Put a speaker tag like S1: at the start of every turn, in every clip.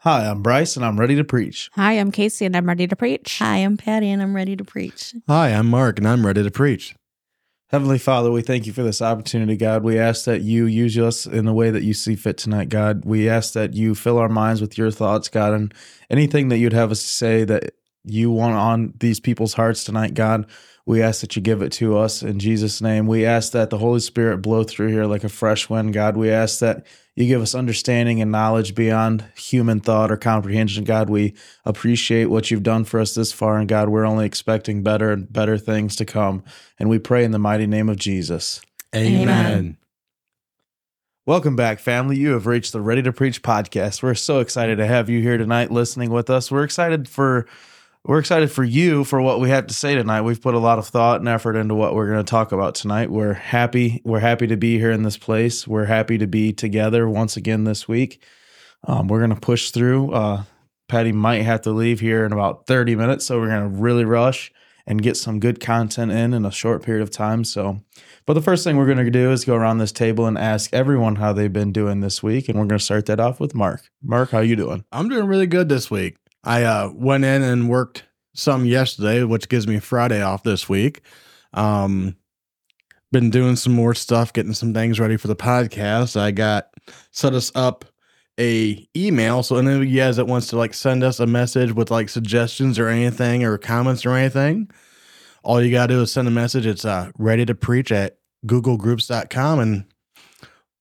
S1: Hi, I'm Bryce and I'm ready to preach.
S2: Hi, I'm Casey and I'm ready to preach.
S3: Hi, I'm Patty and I'm ready to preach.
S4: Hi, I'm Mark, and I'm ready to preach.
S1: Heavenly Father, we thank you for this opportunity, God. We ask that you use us in the way that you see fit tonight, God. We ask that you fill our minds with your thoughts, God, and anything that you'd have us say that you want on these people's hearts tonight, God. We ask that you give it to us in Jesus' name. We ask that the Holy Spirit blow through here like a fresh wind, God. We ask that you give us understanding and knowledge beyond human thought or comprehension, God. We appreciate what you've done for us this far, and God, we're only expecting better and better things to come. And we pray in the mighty name of Jesus.
S3: Amen. Amen.
S1: Welcome back, family. You have reached the Ready to Preach podcast. We're so excited to have you here tonight listening with us. We're excited for we're excited for you for what we have to say tonight. We've put a lot of thought and effort into what we're going to talk about tonight. We're happy. We're happy to be here in this place. We're happy to be together once again this week. Um, we're going to push through. Uh, Patty might have to leave here in about 30 minutes, so we're going to really rush and get some good content in in a short period of time. So, but the first thing we're going to do is go around this table and ask everyone how they've been doing this week, and we're going to start that off with Mark. Mark, how you doing?
S4: I'm doing really good this week. I uh, went in and worked some yesterday, which gives me Friday off this week. Um, been doing some more stuff, getting some things ready for the podcast. I got set us up a email, so any of you guys that wants to like send us a message with like suggestions or anything or comments or anything, all you gotta do is send a message. It's uh, ready to preach at googlegroups.com and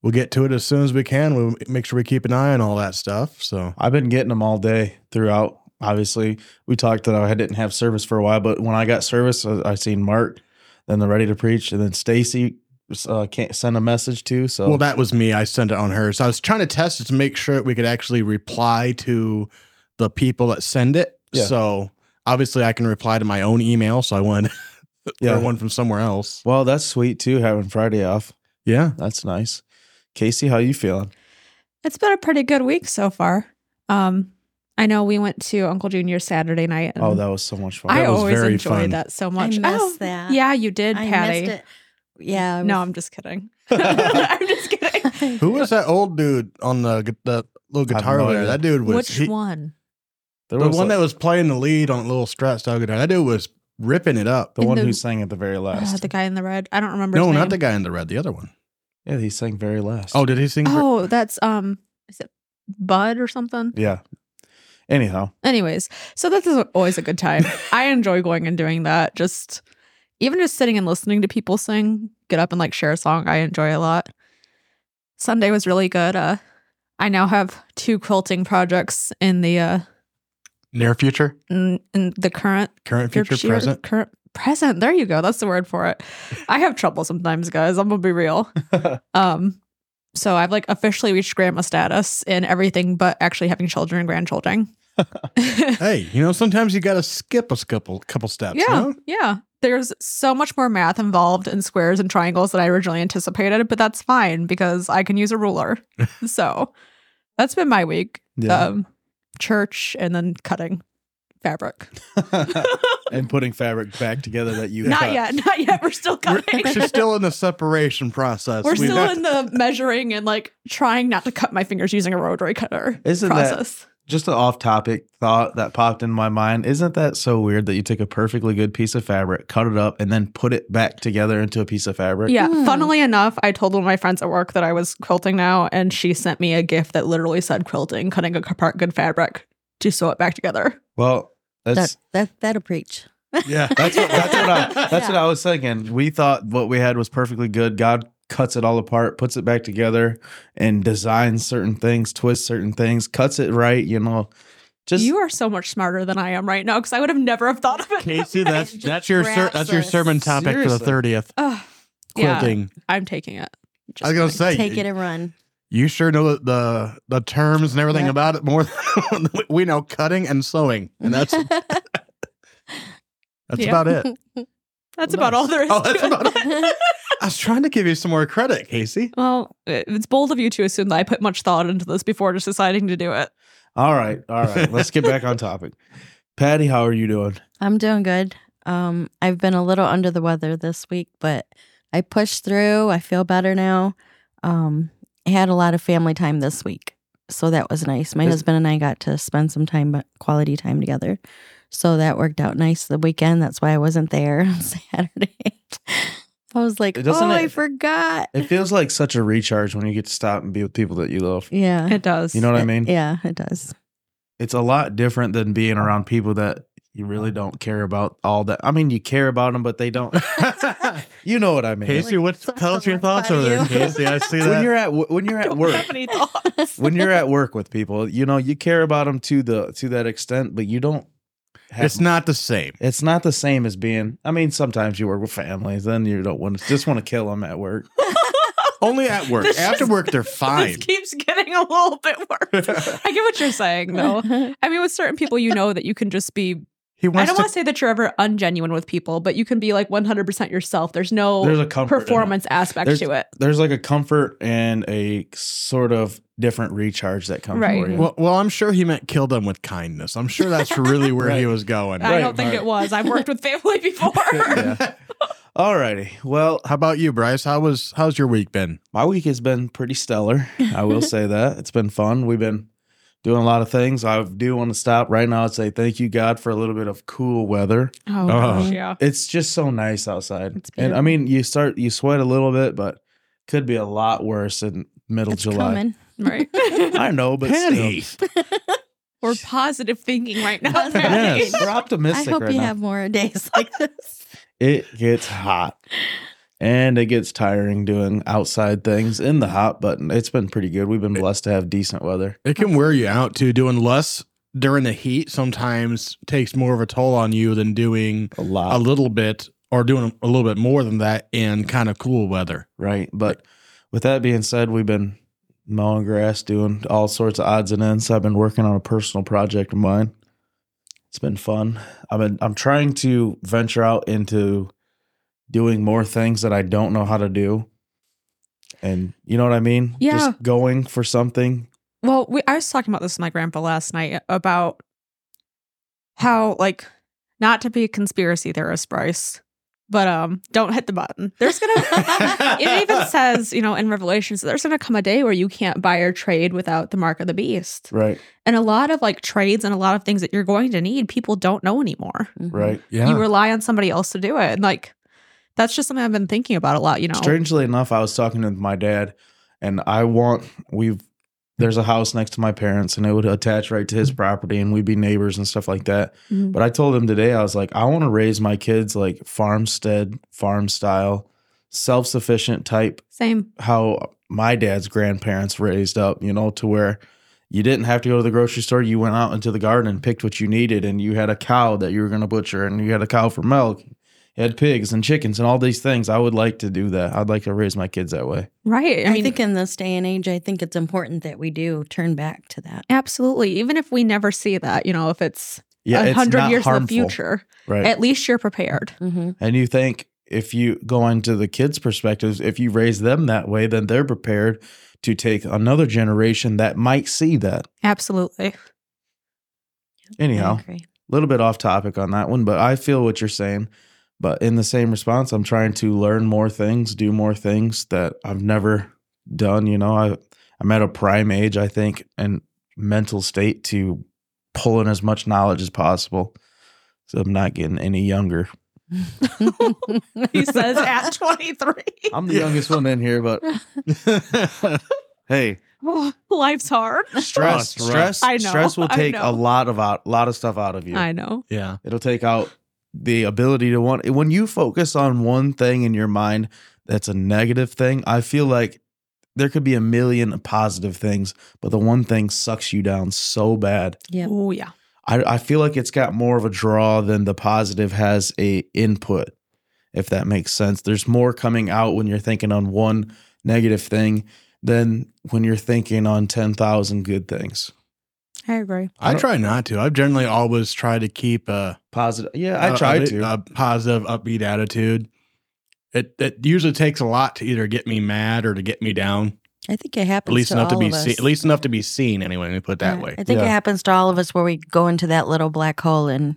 S4: we'll get to it as soon as we can. We'll make sure we keep an eye on all that stuff. So
S1: I've been getting them all day throughout. Obviously, we talked that I didn't have service for a while, but when I got service, I, I seen Mark, then the ready to preach, and then Stacy uh, can't send a message to. So
S4: well, that was me. I sent it on her. So I was trying to test it to make sure we could actually reply to the people that send it.
S1: Yeah.
S4: So obviously, I can reply to my own email. So I wanted
S1: Yeah.
S4: yeah. one from somewhere else.
S1: well, that's sweet too, having Friday off.
S4: Yeah,
S1: That's nice. Casey, how you feeling?
S2: It's been a pretty good week so far. Um, I know we went to Uncle Junior's Saturday night. and
S1: Oh, that was so much fun.
S2: I
S4: that was
S2: always
S4: very
S2: enjoy
S4: fun.
S2: that so
S3: I
S2: much.
S3: missed
S2: oh,
S3: that.
S2: Yeah, you did,
S3: I
S2: Patty.
S3: missed it. Yeah. I
S2: No,
S3: was-
S2: I'm just kidding. I'm just kidding.
S4: who was that old dude on the gu- the little
S1: have
S4: guitar
S1: no
S4: there?
S1: idea.
S4: That dude was
S2: Which
S4: he-
S2: one?
S1: There
S4: the
S1: was
S4: one
S1: like-
S4: that was playing the lead on the little Strat style guitar. That dude was ripping it up.
S1: the
S2: in
S1: one
S2: the-
S1: who sang at the very last.
S2: Uh, the guy in the red. I don't remember.
S4: No,
S2: his
S4: not the
S2: name.
S4: guy in the red. The other one.
S1: yeah, he sang very last.
S4: Oh, did he sing? for-
S2: Oh, that's um, is it Bud or something?
S1: yeah. Anyhow,
S2: Anyways, so this is always a good time. I enjoy going and doing that. Just even just sitting and listening to people sing, get up and like share a song, I enjoy a lot. Sunday was really good. Uh, I now have two quilting projects in the uh,
S4: near future,
S2: in, in the current
S4: current, future,
S2: year-
S4: present.
S2: current present. There you go. That's the word for it. I have trouble sometimes, guys. I'm gonna be real. Um, so I've like officially reached grandma status in everything, but actually having children and grandchildren.
S4: Hey, you know, sometimes you gotta skip a couple couple steps.
S2: Yeah,
S4: you know?
S2: yeah. There's so much more math involved in squares and triangles than I originally anticipated, but that's fine because I can use a ruler. so that's been my week.
S1: yeah.
S2: Um, church and then cutting fabric.
S1: and putting fabric back together that you
S2: Not
S1: cut.
S2: yet, not yet. We're still cutting.
S4: We're actually still in the separation process.
S2: We're
S4: We've
S2: still
S4: got-
S2: in the measuring and like trying not to cut my fingers using a rotary cutter
S1: Isn't that-
S2: process.
S1: Just an off-topic thought that popped in my mind. Isn't that so weird that you took a perfectly good piece of fabric, cut it up, and then put it back together into a piece of fabric?
S2: Yeah.
S3: Hmm.
S2: Funnily enough, I told one of my friends at work that I was quilting now, and she sent me a gift that literally said quilting, cutting apart good fabric to sew it back together.
S1: Well, that's
S3: that, that, that'll preach.
S4: yeah.
S1: That's what, that's what I that's what
S3: Yeah.
S1: I was thinking. We thought what we had was perfectly good. God cuts it all apart, puts it back together, and designs certain things, twists certain things, cuts it right. You know, just
S2: you are so much smarter than I am right now because I would have never have thought of it.
S4: Casey,
S3: that's-
S4: that's
S3: that's
S4: that's
S3: your
S4: your
S3: ser-
S4: that's your sermon topic for
S1: Seriously.
S4: the thirtieth.
S2: Ugh. Yeah,
S4: Quilting.
S2: I'm taking it. Just
S4: I was gonna
S2: kidding.
S4: say,
S3: Take it and run.
S4: you sure know the the, the terms and everything
S3: Yeah.
S4: about it more than we know. Cutting and sewing, and that's that's
S2: Yeah.
S4: about it.
S1: Well,
S2: that's about all there is.
S4: Oh, that's
S2: to it.
S4: about it. I was trying to give you some more credit, Casey.
S2: Well, it- it's bold of you to assume that I put much thought into this before just deciding to do it.
S1: all right, all right. Let's get back on topic. Patty, how are you doing?
S3: I'm doing good. Um, I've been a little under the weather this week, but I pushed through. I feel better now. Um, I had a lot of family time this week. So that was nice. My
S1: Is-
S3: husband and I got to spend some time, but quality time together. So that worked out nice the weekend. That's why I wasn't there on Saturday. I was like,
S1: It
S3: oh,
S1: doesn't-
S3: I forgot.
S1: It feels like such a recharge when you get to stop and be with people that you love.
S3: yeah.
S2: It does.
S1: You know what I mean?
S3: Yeah, it does.
S1: It's a lot different than being around people that you really don't care about all that. I mean, you care about them, but they don't. you know what I mean?
S4: Casey, what's
S3: suck
S4: tell
S3: the
S4: us your
S3: life
S4: thoughts
S3: out
S4: over
S3: of
S4: there,
S3: you.
S4: Casey? I see
S1: when
S4: that.
S1: you're at wo- when you're at work,
S2: Any thoughts?
S1: when you're at work with people, you know you care about them to the to that extent, but you don't. Have,
S4: It's not the same.
S1: It's not the same as being. I mean, sometimes you work with families, then you don't want to just want to kill them at work.
S4: Only at work.
S2: This
S4: After
S2: is-
S4: work, they're
S2: this
S4: fine.
S2: keeps getting a little bit worse. I get what you're saying, though. I mean, with certain people, you know that you can just be.
S4: He
S2: I
S4: wants
S2: don't
S4: to
S2: want to say that you're ever ungenuine with people, but you can be like 100% yourself. There's no
S1: There's a comfort in it.
S2: performance aspect
S1: There's-
S2: to it.
S1: There's like a comfort and a sort of different recharge that comes
S2: Right.
S1: for you.
S4: Well, well, I'm sure he meant kill them with kindness. I'm sure that's really where he
S1: Right.
S4: was going.
S2: I
S1: Right,
S2: don't think
S1: right.
S2: it was. I've worked with family before.
S1: yeah. All righty. Well,
S4: How about you, Bryce? How was how's your week been?
S1: my week has been pretty stellar. I will say that. It's been fun. We've been doing a lot of things. I do want to stop right now and say thank you, God, for a little bit of cool weather.
S2: Oh,
S1: Uh-huh.
S4: gosh,
S2: yeah.
S1: It's just so nice outside.
S2: It's
S1: and I mean, you start, you sweat a little bit, but could be a lot worse in middle
S3: It's
S1: July.
S3: coming.
S2: Right.
S1: I know, but
S4: Penny.
S1: still.
S2: We're positive thinking right now. Patty.
S1: Yes, we're
S3: I
S1: optimistic
S3: hope
S1: right
S3: you
S1: now.
S3: have more days like this.
S1: It gets hot. And it gets tiring doing outside things in the hot button. It's been pretty good. We've been blessed to have decent weather.
S4: It can wear you out too. Doing less during the heat sometimes takes more of a toll on you than doing
S1: A lot.
S4: a little bit or doing a little bit more than that in kind of cool weather.
S1: right? But with that being said, we've been mowing grass, doing all sorts of odds and ends. I've been working on a personal project of mine. It's been fun. I've been I'm trying to venture out into doing more things that I don't know how to do. And you know what I mean?
S2: Yeah.
S1: Just going for something.
S2: Well, we, I was talking about this with my grandpa last night about how, like, not to be a conspiracy theorist, Bryce, but um, don't hit the button. There's gonna. it even says, you know, in Revelations, that there's gonna come a day where you can't buy or trade without the mark of the beast.
S1: Right.
S2: And a lot of like trades and a lot of things that you're going to need, people don't know anymore.
S3: Mm-hmm.
S1: Right.
S4: Yeah.
S2: You rely on somebody else to do it, and like, that's just something I've been thinking about a lot. You know,
S1: Strangely enough, I was talking to my dad, and I want we've there's a house next to my parents, and it would attach right to his
S2: Mm-hmm.
S1: property, and we'd be neighbors and stuff like that.
S2: Mhm.
S1: But I told him today, I was like, I want to raise my kids like farmstead, farm style, self sufficient type,
S2: same.
S1: how my dad's grandparents raised up, you know, to where you didn't have to go to the grocery store. You went out into the garden and picked what you needed, and you had a cow that you were going to butcher, and you had a cow for milk. You had pigs and chickens and all these things. I would like to do that. I'd like to raise my kids that way.
S2: Right.
S3: I, think in this day and age, I think it's important that we do turn back to that.
S2: Absolutely. Even if we never see that, you know, if it's
S1: Yeah,
S2: a
S1: it's
S2: hundred
S1: not
S2: years in the
S1: harmful,
S2: future,
S1: right?
S2: at least you're prepared.
S3: Mm-hmm.
S1: And you think if you go into the kids' perspectives, if you raise them that way, then they're prepared to take another generation that might see that.
S2: Absolutely.
S1: Anyhow, a little bit off topic on that one, but I feel what you're saying. But in the same response, I'm trying to learn more things, do more things that I've never done. You know, I I'm at a prime age, I think, and mental state to pull in as much knowledge as possible. So I'm not getting any younger.
S2: He says at 23.
S1: I'm
S4: Yeah.
S1: youngest one in here, but hey,
S2: Oh, Life's hard.
S1: stress,
S4: Oh, it's rough.
S1: stress,
S2: I know,
S1: stress will
S2: I
S1: take
S2: know.
S1: a lot of out, lot of stuff out of you.
S2: I know.
S4: yeah.
S1: It'll take out the ability to want when you focus on one thing in your mind that's a negative thing. I feel like there could be a million positive things, but the one thing sucks you down so bad.
S3: Yep.
S2: Oh, yeah.
S1: I, I feel like it's got more of a draw than the positive has a input, if that makes sense. There's more coming out when you're thinking on one negative thing than when you're thinking on ten thousand good things.
S2: I agree.
S1: I
S4: I
S1: don't-
S4: try not to. I've generally always tried to keep a
S1: Positive, yeah, I
S4: a-
S1: tried
S4: a,
S1: to.
S4: a positive, upbeat attitude. It it usually takes a lot to either get me mad or to get me down.
S3: I think it happens
S4: At least
S3: to
S4: enough to
S3: all
S4: be
S3: of us.
S4: seen. At least enough to be seen. Anyway, let me put it that
S3: Yeah,
S4: way.
S3: I think
S1: Yeah.
S3: it happens to all of us where we go into that little black hole and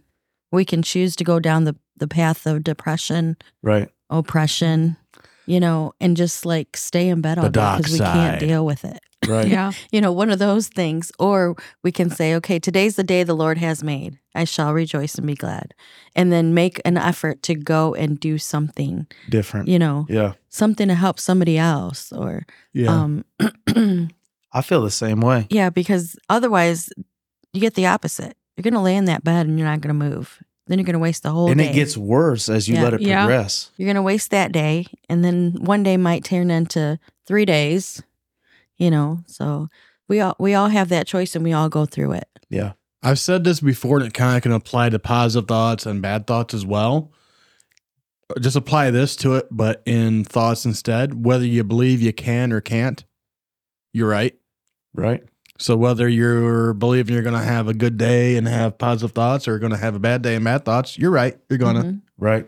S3: we can choose to go down the, the path of depression,
S1: right.
S3: oppression, you know, and just like stay in bed
S4: The
S3: all day
S4: dark
S3: because we
S4: side.
S3: can't deal with it.
S4: Right.
S2: Yeah.
S3: you know, one of those things. Or we can say, okay, today's the day the Lord has made. I shall rejoice and be glad. And then make an effort to go and do something,
S1: Different.
S3: you know,
S1: Yeah.
S3: something to help somebody else or,
S4: Yeah.
S3: um,
S1: I feel the same way.
S3: yeah, because otherwise you get the opposite. You're going to lay in that bed and you're not going to move. Then you're going to waste the whole
S1: And
S3: day.
S1: it gets worse as you
S3: Yeah.
S1: let it
S2: Yeah.
S1: progress.
S3: you're going to waste that day. And then one day might turn into three days, you know, so. We all we all have that choice and we all go through it.
S1: Yeah.
S4: I've said this before, and it kind of can apply to positive thoughts and bad thoughts as well. Uh, Just apply this to it, but in thoughts instead. Whether you believe you can or can't, you're right.
S1: Right.
S4: So whether you're believing you're going to have a good day and have positive thoughts, or going to have a bad day and bad thoughts, you're right. You're going to.
S3: Mhm.
S1: Right.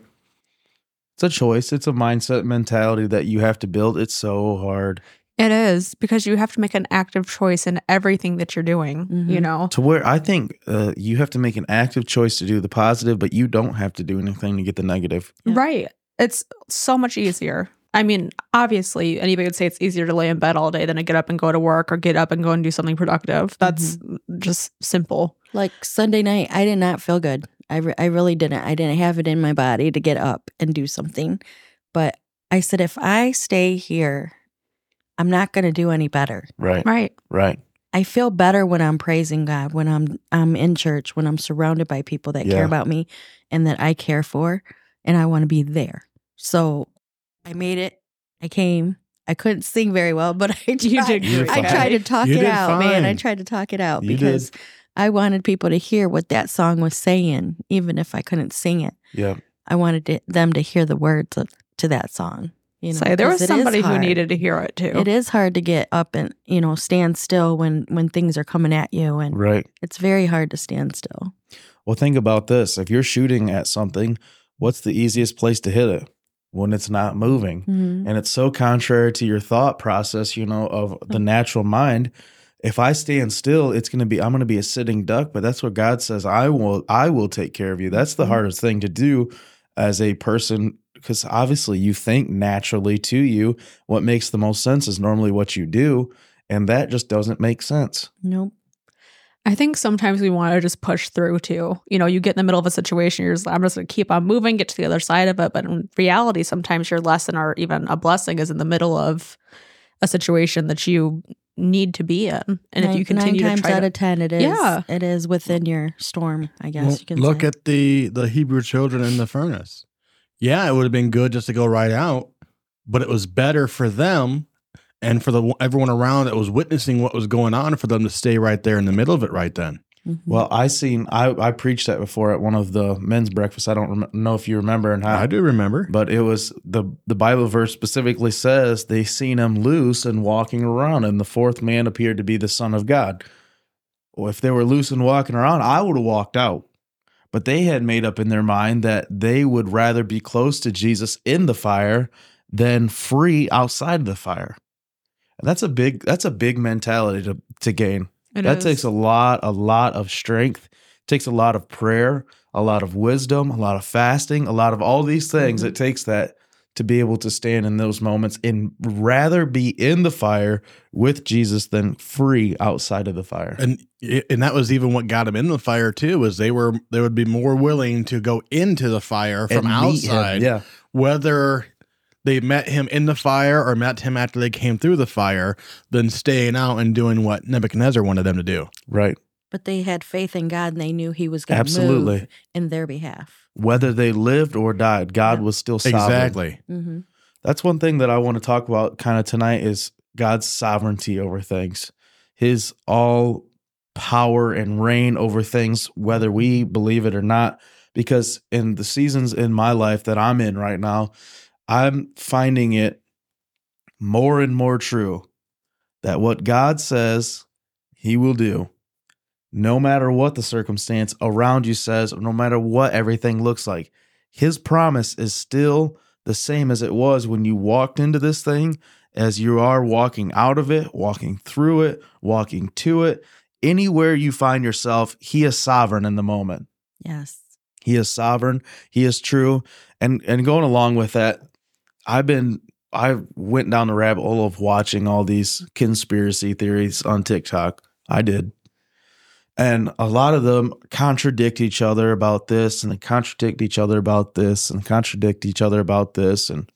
S1: It's a choice. It's a mindset mentality that you have to build. It's so hard
S2: It is because you have to make an active choice in everything that you're doing, you
S3: Mhm.
S2: know?
S1: to where I think uh, you have to make an active choice to do the positive, but you don't have to do anything to get the negative.
S3: Yeah.
S2: Right. It's so much easier. I mean, obviously, anybody would say it's easier to lay in bed all day than to get up and go to work or get up and go and do something productive. That's just simple.
S3: Like Sunday night, I did not feel good. I, re- I really didn't. I didn't have it in my body to get up and do something. But I said, if I stay here, I'm not going to do any better.
S1: Right.
S2: Right.
S1: Right.
S3: I feel better when I'm praising God, when I'm I'm in church, when I'm surrounded by people that
S1: Yeah.
S3: care about me and that I care for, and I want to be there. So I made it. I came. I couldn't sing very well, but I tried.
S2: You did.
S4: You did
S2: great.
S3: I
S4: fine.
S3: tried to talk
S4: You
S3: it
S4: did
S3: out, man. I
S4: fine.
S3: tried to talk it out
S1: You did.
S3: because I wanted people to hear what that song was saying, even if I couldn't sing it.
S1: Yeah.
S3: I wanted it, them to hear the words of, to that song. You know,
S2: so there
S3: 'cause
S2: was
S3: it is
S2: somebody who
S3: hard.
S2: needed to hear it too.
S3: It is hard to get up and you know stand still when when things are coming at you, and
S1: Right.
S3: it's very hard to stand still.
S1: Well, think about this. If you're shooting at something, what's the easiest place to hit it? When it's not moving. And it's so contrary to your thought process, you know, of the natural mind. If I stand still, it's going to be I'm going to be a sitting duck, but that's what God says, I will I will take care of you. That's the
S3: Mhm.
S1: hardest thing to do as a person cuz obviously you think naturally to you what makes the most sense is normally what you do, and that just doesn't make sense.
S3: Nope.
S2: I think sometimes we want to just push through too. You know, you get in the middle of a situation, you're just, I'm just going to keep on moving, get to the other side of it. But in reality, sometimes your lesson or even a blessing is in the middle of a situation that you need to be in. And if
S3: Nine-
S2: you continue
S3: nine
S2: to
S3: times
S2: try
S3: out
S2: to,
S3: of ten, it is.
S2: Yeah.
S3: it is within your storm. I guess
S4: Well,
S3: you can
S4: look
S3: say.
S4: at the the Hebrew children in the furnace. Yeah, it would have been good just to go right out, but it was better for them and for the everyone around that was witnessing what was going on for them to stay right there in the middle of it right then.
S3: Mhm.
S1: Well, I seen I I preached that before at one of the men's breakfasts. I don't rem- know if you remember and how
S4: I do remember.
S1: But it was the the Bible verse specifically says they seen him loose and walking around, and the fourth man appeared to be the Son of God. Well, if they were loose and walking around, I would have walked out. But they had made up in their mind that they would rather be close to Jesus in the fire than free outside the fire. And that's a big that's a big mentality to to gain.
S2: It
S1: that
S2: is.
S1: takes a lot a lot of strength takes a lot of prayer a lot of wisdom a lot of fasting a lot of all these things
S3: Mhm.
S1: it takes that to be able to stand in those moments and rather be in the fire with jesus than free outside of the fire
S4: and and that was even what got them in the fire too was they were they would be more willing to go into the fire from
S1: And meet him.
S4: outside
S1: yeah
S4: whether they met him in the fire or met him after they came through the fire than staying out and doing what Nebuchadnezzar wanted them to do.
S1: right
S3: but they had faith in God and they knew He was going to
S1: absolutely
S3: move in their behalf.
S1: whether they lived or died god
S3: Yeah.
S1: was still sovereign
S4: Exactly.
S3: Mm-hmm.
S1: That's one thing that I want to talk about kind of tonight is God's sovereignty over things. His all power and reign over things whether we believe it or not because in the seasons in my life that I'm in right now, I'm finding it more and more true that what God says, he will do. No matter what the circumstance around you says, no matter what everything looks like, his promise is still the same as it was when you walked into this thing, as you are walking out of it, walking through it, walking to it. Anywhere you find yourself, He is sovereign in the moment.
S3: Yes.
S1: He is sovereign. He is true. And and going along with that, I've been I went down the rabbit hole of watching all these conspiracy theories on TikTok. I did. And a lot of them contradict each other about this and they contradict each other about this and contradict each other about this. And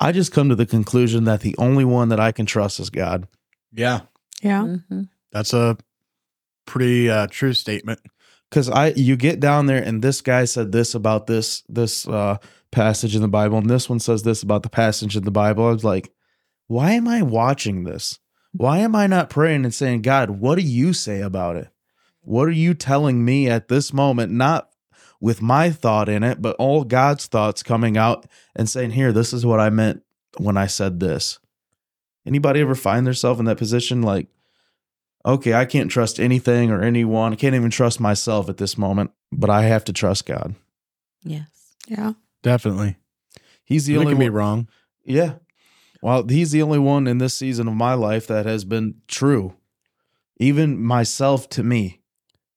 S1: I just come to the conclusion that the only one that I can trust is God.
S4: Yeah,
S2: Yeah.
S1: Mm-hmm.
S3: Mhm.
S4: that's a pretty uh, true statement.
S1: because I you get down there and this guy said this about this this uh, passage in the Bible and this one says this about the passage in the Bible. I was like, why am I watching this? Why am I not praying and saying, God, what do you say about it? What are you telling me at this moment? Not with my thought in it, but all God's thoughts coming out and saying, here, this is what I meant when I said this. Anybody ever find themselves in that position? Like, okay, I can't trust anything or anyone. I can't even trust myself at this moment, but I have to trust God.
S3: Yes.
S2: Yeah.
S4: Definitely,
S1: He's the
S4: you
S1: only
S4: can be
S1: one.
S4: wrong.
S1: Yeah. Well, he's the only one in this season of my life that has been true, even myself to me.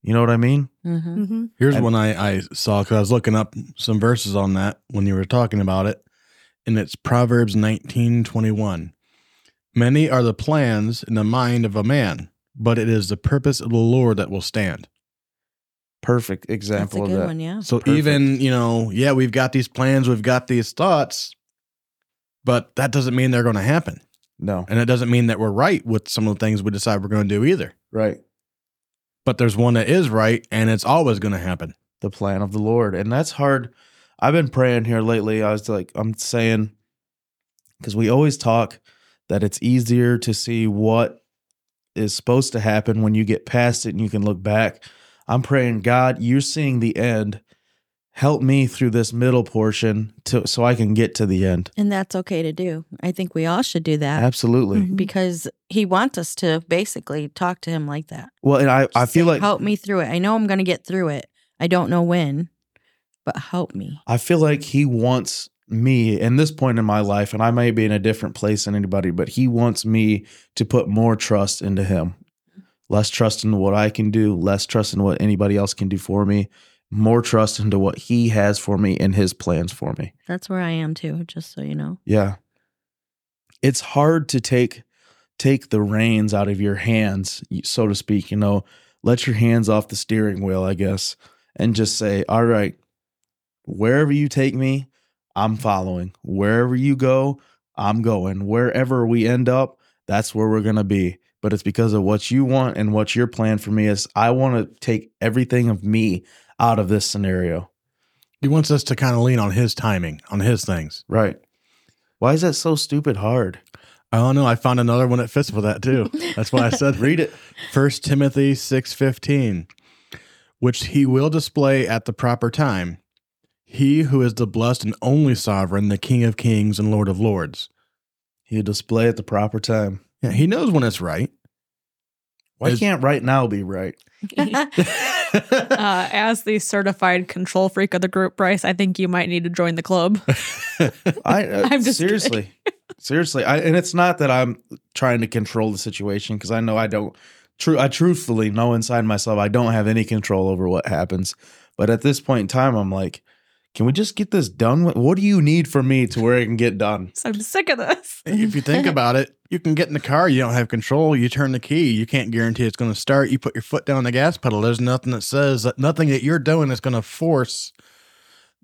S1: You know what I mean?
S3: Mm-hmm.
S2: Mm-hmm.
S4: Here's
S1: And-
S4: one I, I saw because I was looking up some verses on that when you were talking about it, and it's Proverbs nineteen twenty one. Many are the plans in the mind of a man, but it is the purpose of the Lord that will stand.
S1: Perfect
S3: That's a
S1: example
S3: good
S1: of that.
S3: one. Yeah.
S4: So
S1: Perfect.
S4: even, you know, yeah, we've got these plans, we've got these thoughts, but that doesn't mean they're going to happen.
S1: No,
S4: And it doesn't mean that we're right with some of the things we decide we're going to do either.
S1: right.
S4: But there's one that is right and it's always going to happen.
S1: the plan of the Lord. And that's hard. I've been praying here lately. I was like, I'm saying, because we always talk that it's easier to see what is supposed to happen when you get past it and you can look back. I'm praying, God, you're seeing the end. Help me through this middle portion to, so I can get to the end.
S3: And that's okay to do. I think we all should do that
S1: Absolutely.
S2: Mhm.
S3: because he wants us to basically talk to him like that.
S1: Well, and I, I
S3: Just
S1: feel
S3: say,
S1: like
S3: help me through it. I know I'm going to get through it. I don't know when, but help me.
S1: I feel like he wants me in this point in my life, and I may be in a different place than anybody, but he wants me to put more trust into him. Less trust in what I can do, less trust in what anybody else can do for me, more trust into what he has for me and his plans for me.
S3: That's where I am too, just so you know.
S1: Yeah. It's hard to take take the reins out of your hands, so to speak, you know, let your hands off the steering wheel, I guess, and just say, "All right, wherever you take me, I'm following. Wherever you go, I'm going. Wherever we end up, that's where we're going to be." But it's because of what you want and what your plan for me is. I want to take everything of me out of this scenario.
S4: He wants us to kind of lean on his timing, on his things.
S1: Right. Why is that so stupid hard?
S4: I don't know. I found another one that fits with that too. That's why I said
S1: Read it.
S4: First Timothy six fifteen, which he will display at the proper time. He who is the blessed and only sovereign, the King of Kings and Lord of Lords.
S1: You display at the proper time.
S4: Yeah, he knows when it's right.
S1: Why
S4: Is-
S1: can't right now be right?
S2: Uh, as the certified control freak of the group, Bryce, I think you might need to join the club.
S1: I uh,
S2: I'm just
S1: seriously, seriously, I, and it's not that I'm trying to control the situation because I know I don't. True, I truthfully know inside myself I don't have any control over what happens. But at this point in time, I'm like, can we just get this done? with? What do you need from me to where it can get done?
S2: So I'm sick of this.
S4: if you think about it, you can get in the car, you don't have control, you turn the key, you can't guarantee it's going to start. You put your foot down on the gas pedal, there's nothing that says that nothing that you're doing is going to force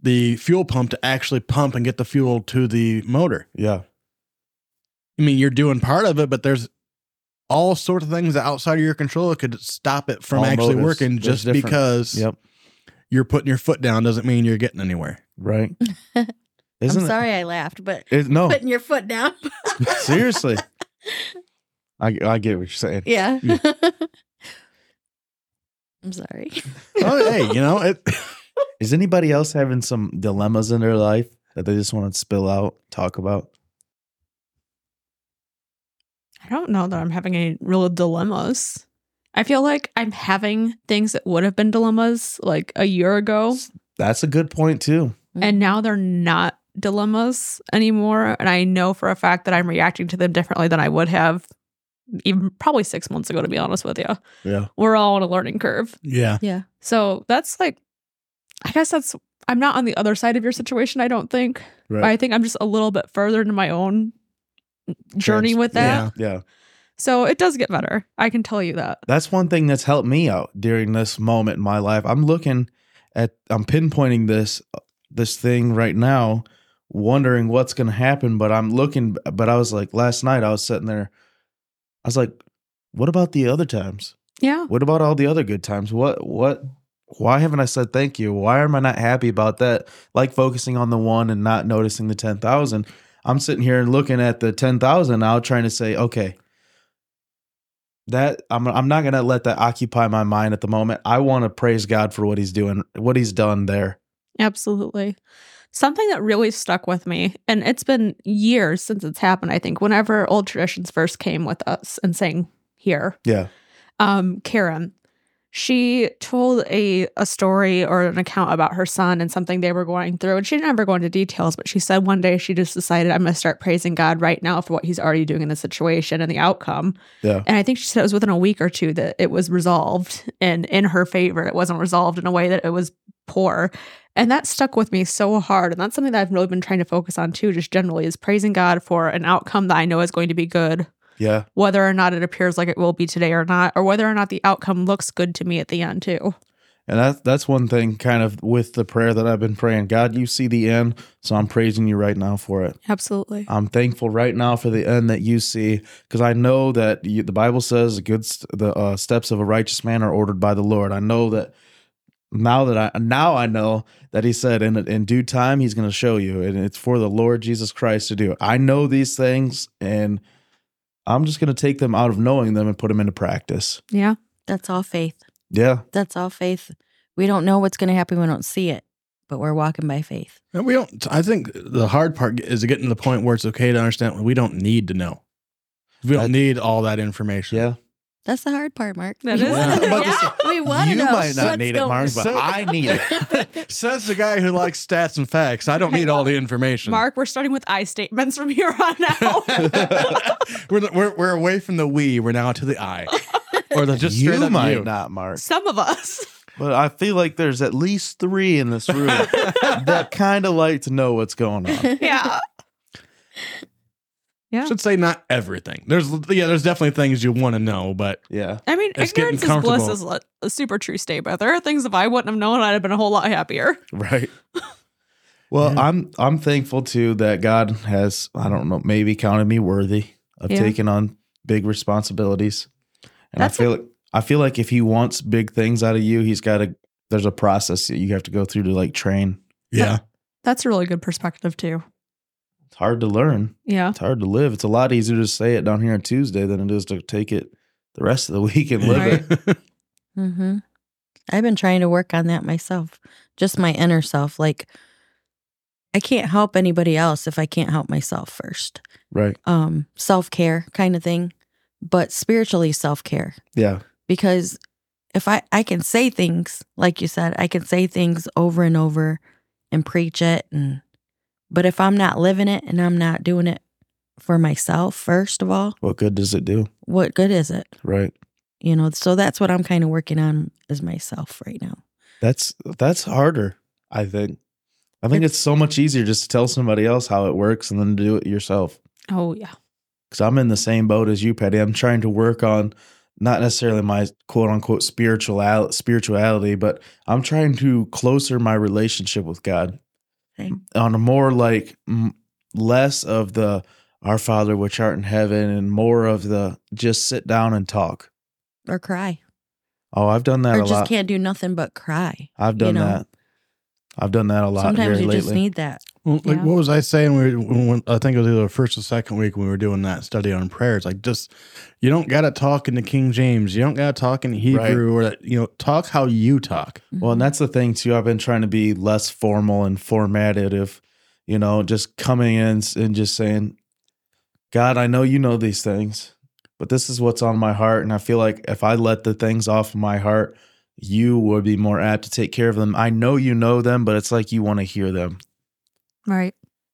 S4: the fuel pump to actually pump and get the fuel to the motor.
S1: Yeah,
S4: I mean, you're doing part of it, but there's all sorts of things that outside of your control that could stop it from
S1: All
S4: actually
S1: motives.
S4: working
S1: There's
S4: just
S1: different-
S4: because
S1: Yep.
S4: you're putting your foot down doesn't mean you're getting anywhere.
S1: right.
S3: I'm sorry I laughed, but
S1: It, it, no,
S3: putting your foot down.
S1: Oh. seriously. I I get what you're saying.
S3: Yeah. I'm sorry.
S4: oh, hey, you know, it,
S1: Is anybody else having some dilemmas in their life that they just want to spill out, talk about?
S2: I don't know that I'm having any real dilemmas. I feel like I'm having things that would have been dilemmas like a year ago,
S1: That's a good point too.
S2: and now they're not dilemmas anymore. And I know for a fact that I'm reacting to them differently than I would have even probably six months ago, to be honest with you.
S1: Yeah.
S2: We're all on a learning curve.
S4: yeah.
S3: Yeah.
S2: So that's like, I guess that's, I'm not on the other side of your situation, I don't think.
S4: Mm. Right.
S2: I think I'm just a little bit further into my own journey
S4: Trans-
S2: with that.
S4: Yeah.
S1: Yeah.
S2: So it does get better. I can tell you that.
S1: that's one thing that's helped me out during this moment in my life. I'm looking at I'm pinpointing this this thing right now, wondering what's going to happen, but I'm looking but I was like last night I was sitting there I was like what about the other times?
S2: Yeah.
S1: What about all the other good times? What what why haven't I said thank you? Why am I not happy about that? Like focusing on the one and not noticing the 10,000. I'm sitting here and looking at the 10,000 now trying to say, okay, that I'm I'm not going to let that occupy my mind at the moment. I want to praise God for what he's doing, what he's done there.
S2: Absolutely. Something that really stuck with me, and it's been years since it's happened, I think, whenever Old Traditions first came with us and sang here,
S1: Yeah.
S2: um, Karen, she told a, a story or an account about her son and something they were going through. And she didn't ever go into details, but she said one day she just decided, I'm going to start praising God right now for what he's already doing in the situation and the outcome.
S1: Yeah.
S2: And I think she said it was within a week or two that it was resolved and in her favor. It wasn't resolved in a way that it was poor. And that stuck with me so hard. And that's something that I've really been trying to focus on too, just generally, is praising God for an outcome that I know is going to be good
S1: Yeah.
S2: whether or not it appears like it will be today or not, or whether or not the outcome looks good to me at the end too.
S1: And that's that's one thing kind of with the prayer that I've been praying. God, you see the end, so I'm praising you right now for it.
S2: Absolutely.
S1: I'm thankful right now for the end that you see, because I know that you, the Bible says the good st- the uh, steps of a righteous man are ordered by the Lord. I know that now that I now I know that He said in in due time He's going to show you, and it's for the Lord Jesus Christ to do. I know these things, and I'm just going to take them out of knowing them and put them into practice.
S2: Yeah.
S3: That's all faith.
S1: Yeah,
S3: That's all faith. We don't know what's going to happen. We don't see it, but we're walking by faith.
S4: And we don't. I think the hard part is getting to the point where it's okay to understand we don't need to know. We don't
S1: That-
S4: need all that information.
S1: yeah.
S3: That's the hard part, Mark.
S2: That
S3: We
S2: is-
S3: wanna
S2: I'm about to
S3: know.
S2: say,
S3: We want
S1: you
S3: to know.
S1: might not
S3: What's
S1: need it,
S3: going-
S1: Mark, but
S4: So-
S1: I need it.
S4: Says the guy who likes stats and facts. I don't need all the information.
S2: Mark, we're starting with I statements from here on out.
S4: we're, we're, we're away from the we. We're now to the I. Or the just straight
S1: you
S4: up
S1: might
S4: you.
S1: not, Mark.
S2: Some of us.
S1: But I feel like there's at least three in this room that kind of like to know what's going on.
S2: Yeah. Yeah.
S4: Should say not everything. There's yeah, there's definitely things you want to know, but
S1: Yeah.
S2: I mean,
S4: It's getting
S2: ignorance is bliss
S4: comfortable.
S2: is a, a super true statement. There are things if I wouldn't have known, I'd have been a whole lot happier.
S1: Right. Well,
S4: Yeah.
S1: I'm I'm thankful too that God has I don't know maybe counted me worthy of
S2: Yeah.
S1: taking on big responsibilities, and
S2: That's
S1: I feel like I feel like if He wants big things out of you, He's got to. There's a process that you have to go through to like train.
S4: yeah.
S2: That's a really good perspective too.
S1: It's hard to learn.
S2: Yeah.
S1: It's hard to live. It's a lot easier to say it down here on Tuesday than it is to take it the rest of the week and live
S2: Right.
S1: it.
S3: Mm-hmm. I've been trying to work on that myself, just my inner self. Like, I can't help anybody else if I can't help myself first.
S1: Right.
S3: Um, self care kind of thing, but spiritually self care
S1: Yeah.
S3: because if I I can say things like you said, I can say things over and over and preach it, and but if I'm not living it and I'm not doing it for myself first of all,
S1: What good does it do?
S3: what good is it?
S1: Right.
S3: You know, so that's what I'm kind of working on is myself right now.
S1: That's that's harder, I think. I think it's so much easier just to tell somebody else how it works and then do it yourself.
S2: Oh yeah.
S1: Cause I'm in the same boat as you, Patty. I'm trying to work on not necessarily my quote unquote spiritual spirituality, but I'm trying to closer my relationship with God
S3: Same.
S1: on a more like m- less of the our Father which art in heaven and more of the just sit down and talk.
S3: Or cry.
S1: Oh, I've done that
S3: Or
S1: a
S3: just
S1: lot.
S3: can't do nothing but cry.
S1: I've done
S3: know.
S1: that. I've done that a lot
S3: Sometimes
S1: here
S3: you
S1: lately.
S3: just need that.
S4: Well, like,
S2: Yeah.
S4: what was I saying? We, were- when, when- I think it was either the first or second week when we were doing that study on prayers. Like, just you don't got to talk in the King James. You don't got to talk in Hebrew or that. You know, talk how you talk.
S1: Well, and that's the thing too. I've been trying to be less formal and formatted. If you know, just coming in s- and just saying, "God, I know you know these things, but this is what's on my heart." And I feel like if I let the things off my heart, you would be more apt to take care of them. I know you know them, but it's like you want to hear them,
S2: Right.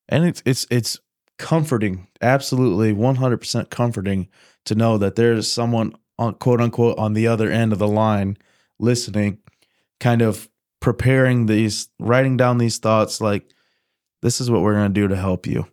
S1: and it's it's it's comforting, absolutely one hundred percent comforting to know that there's uh, someone on quote unquote on the other end of the line listening, kind of preparing these, writing down these thoughts like, this is what we're going to do to help you.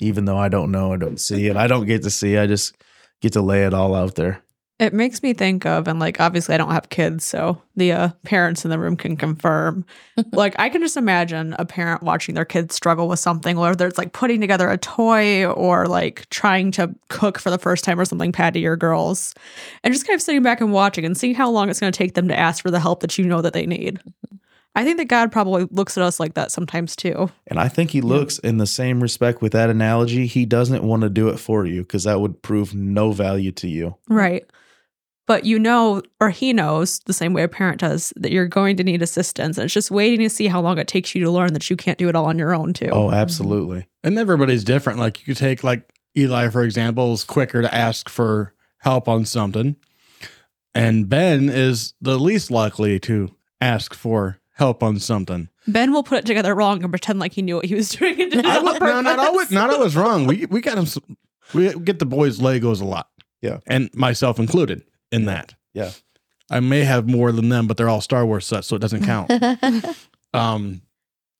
S1: Even though I don't know, I don't see it, I don't get to see, I just get to lay it all out there.
S2: It makes me think of, and like, obviously, I don't have kids, so the uh, parents in the room can confirm. like, I can just imagine a parent watching their kids struggle with something, whether it's like putting together a toy or like trying to cook for the first time or something, Patty or girls, and just kind of sitting back and watching and seeing how long it's going to take them to ask for the help that you know that they need. I think that God probably looks at us like that sometimes too.
S1: And I think he looks in the same respect with that analogy. He doesn't want to do it for you because that would prove no value to you.
S2: Right. But you know, or he knows the same way a parent does, that you're going to need assistance. And it's just waiting to see how long it takes you to learn that you can't do it all on your own, too.
S1: Oh, absolutely.
S4: And everybody's different. Like you could take like Eli, for example, is quicker to ask for help on something. And Ben is the least likely to ask for help on something.
S2: Ben will put it together wrong and pretend like he knew what he was doing. And did it
S4: I
S2: on
S4: was, no, not
S2: purpose.
S4: always, not always wrong. We we got him. s- We get the boys Legos a lot.
S1: Yeah.
S4: and myself included in that.
S1: Yeah.
S4: I may have more than them, but they're all Star Wars sets, so it doesn't count.
S3: Mm-hmm.
S4: um,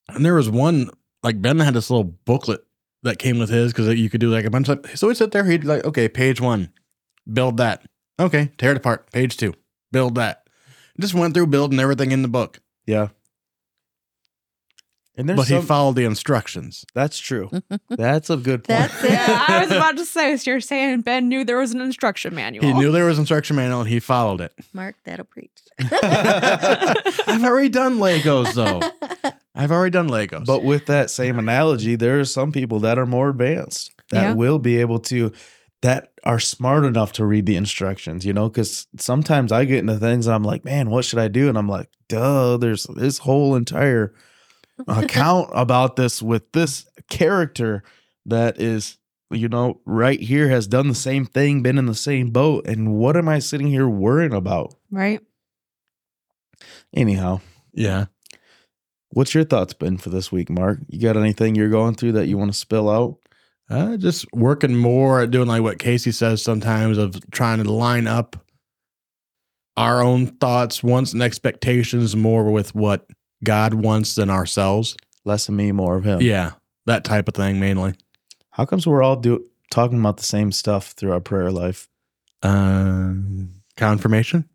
S4: and there was one like Ben had this little booklet that came with his because you could do like a bunch of. So he'd sit there. He'd like, okay, page one, build that. Okay, tear it apart. Page two, build that. Just went through building everything in the book,
S1: Yeah. And there's
S4: but
S1: some,
S4: he followed the instructions.
S1: that's true. That's a good point.
S3: That's it.
S2: yeah, I was about to say, so you're saying Ben knew there was an instruction manual.
S4: He knew there was instruction manual and he followed it.
S3: Mark, that'll preach.
S4: I've already done Legos though.
S1: Oh.
S4: I've already done Legos.
S1: But with that same analogy, there are some people that are more advanced that
S2: Yeah.
S1: will be able to that are smart enough to read the instructions, you know, because sometimes I get into things and I'm like, man, what should I do? And I'm like, duh, there's this whole entire account about this with this character that is, you know, right here has done the same thing, been in the same boat. And what am I sitting here worrying about?
S2: right?
S1: Anyhow,
S4: yeah.
S1: what's your thoughts been for this week, Mark? You got anything you're going through that you want to spill out?
S4: Uh, just working more at doing like what Casey says sometimes of trying to line up our own thoughts, wants, and expectations more with what God wants than ourselves.
S1: less of me, more of him.
S4: Yeah, that type of thing mainly.
S1: How comes we're all do talking about the same stuff through our prayer life?
S4: Um, confirmation.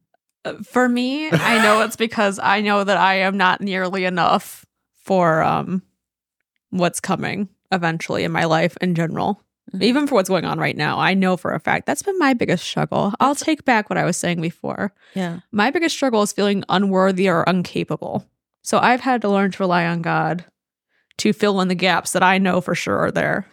S2: Uh, For me, I know it's because I know that I am not nearly enough for um, what's coming eventually in my life in general.
S4: Mm-hmm.
S2: even for what's going on right now, I know for a fact that's been my biggest struggle. I'll take back what I was saying before.
S3: yeah.
S2: My biggest struggle is feeling unworthy or incapable. So I've had to learn to rely on God to fill in the gaps that I know for sure are there.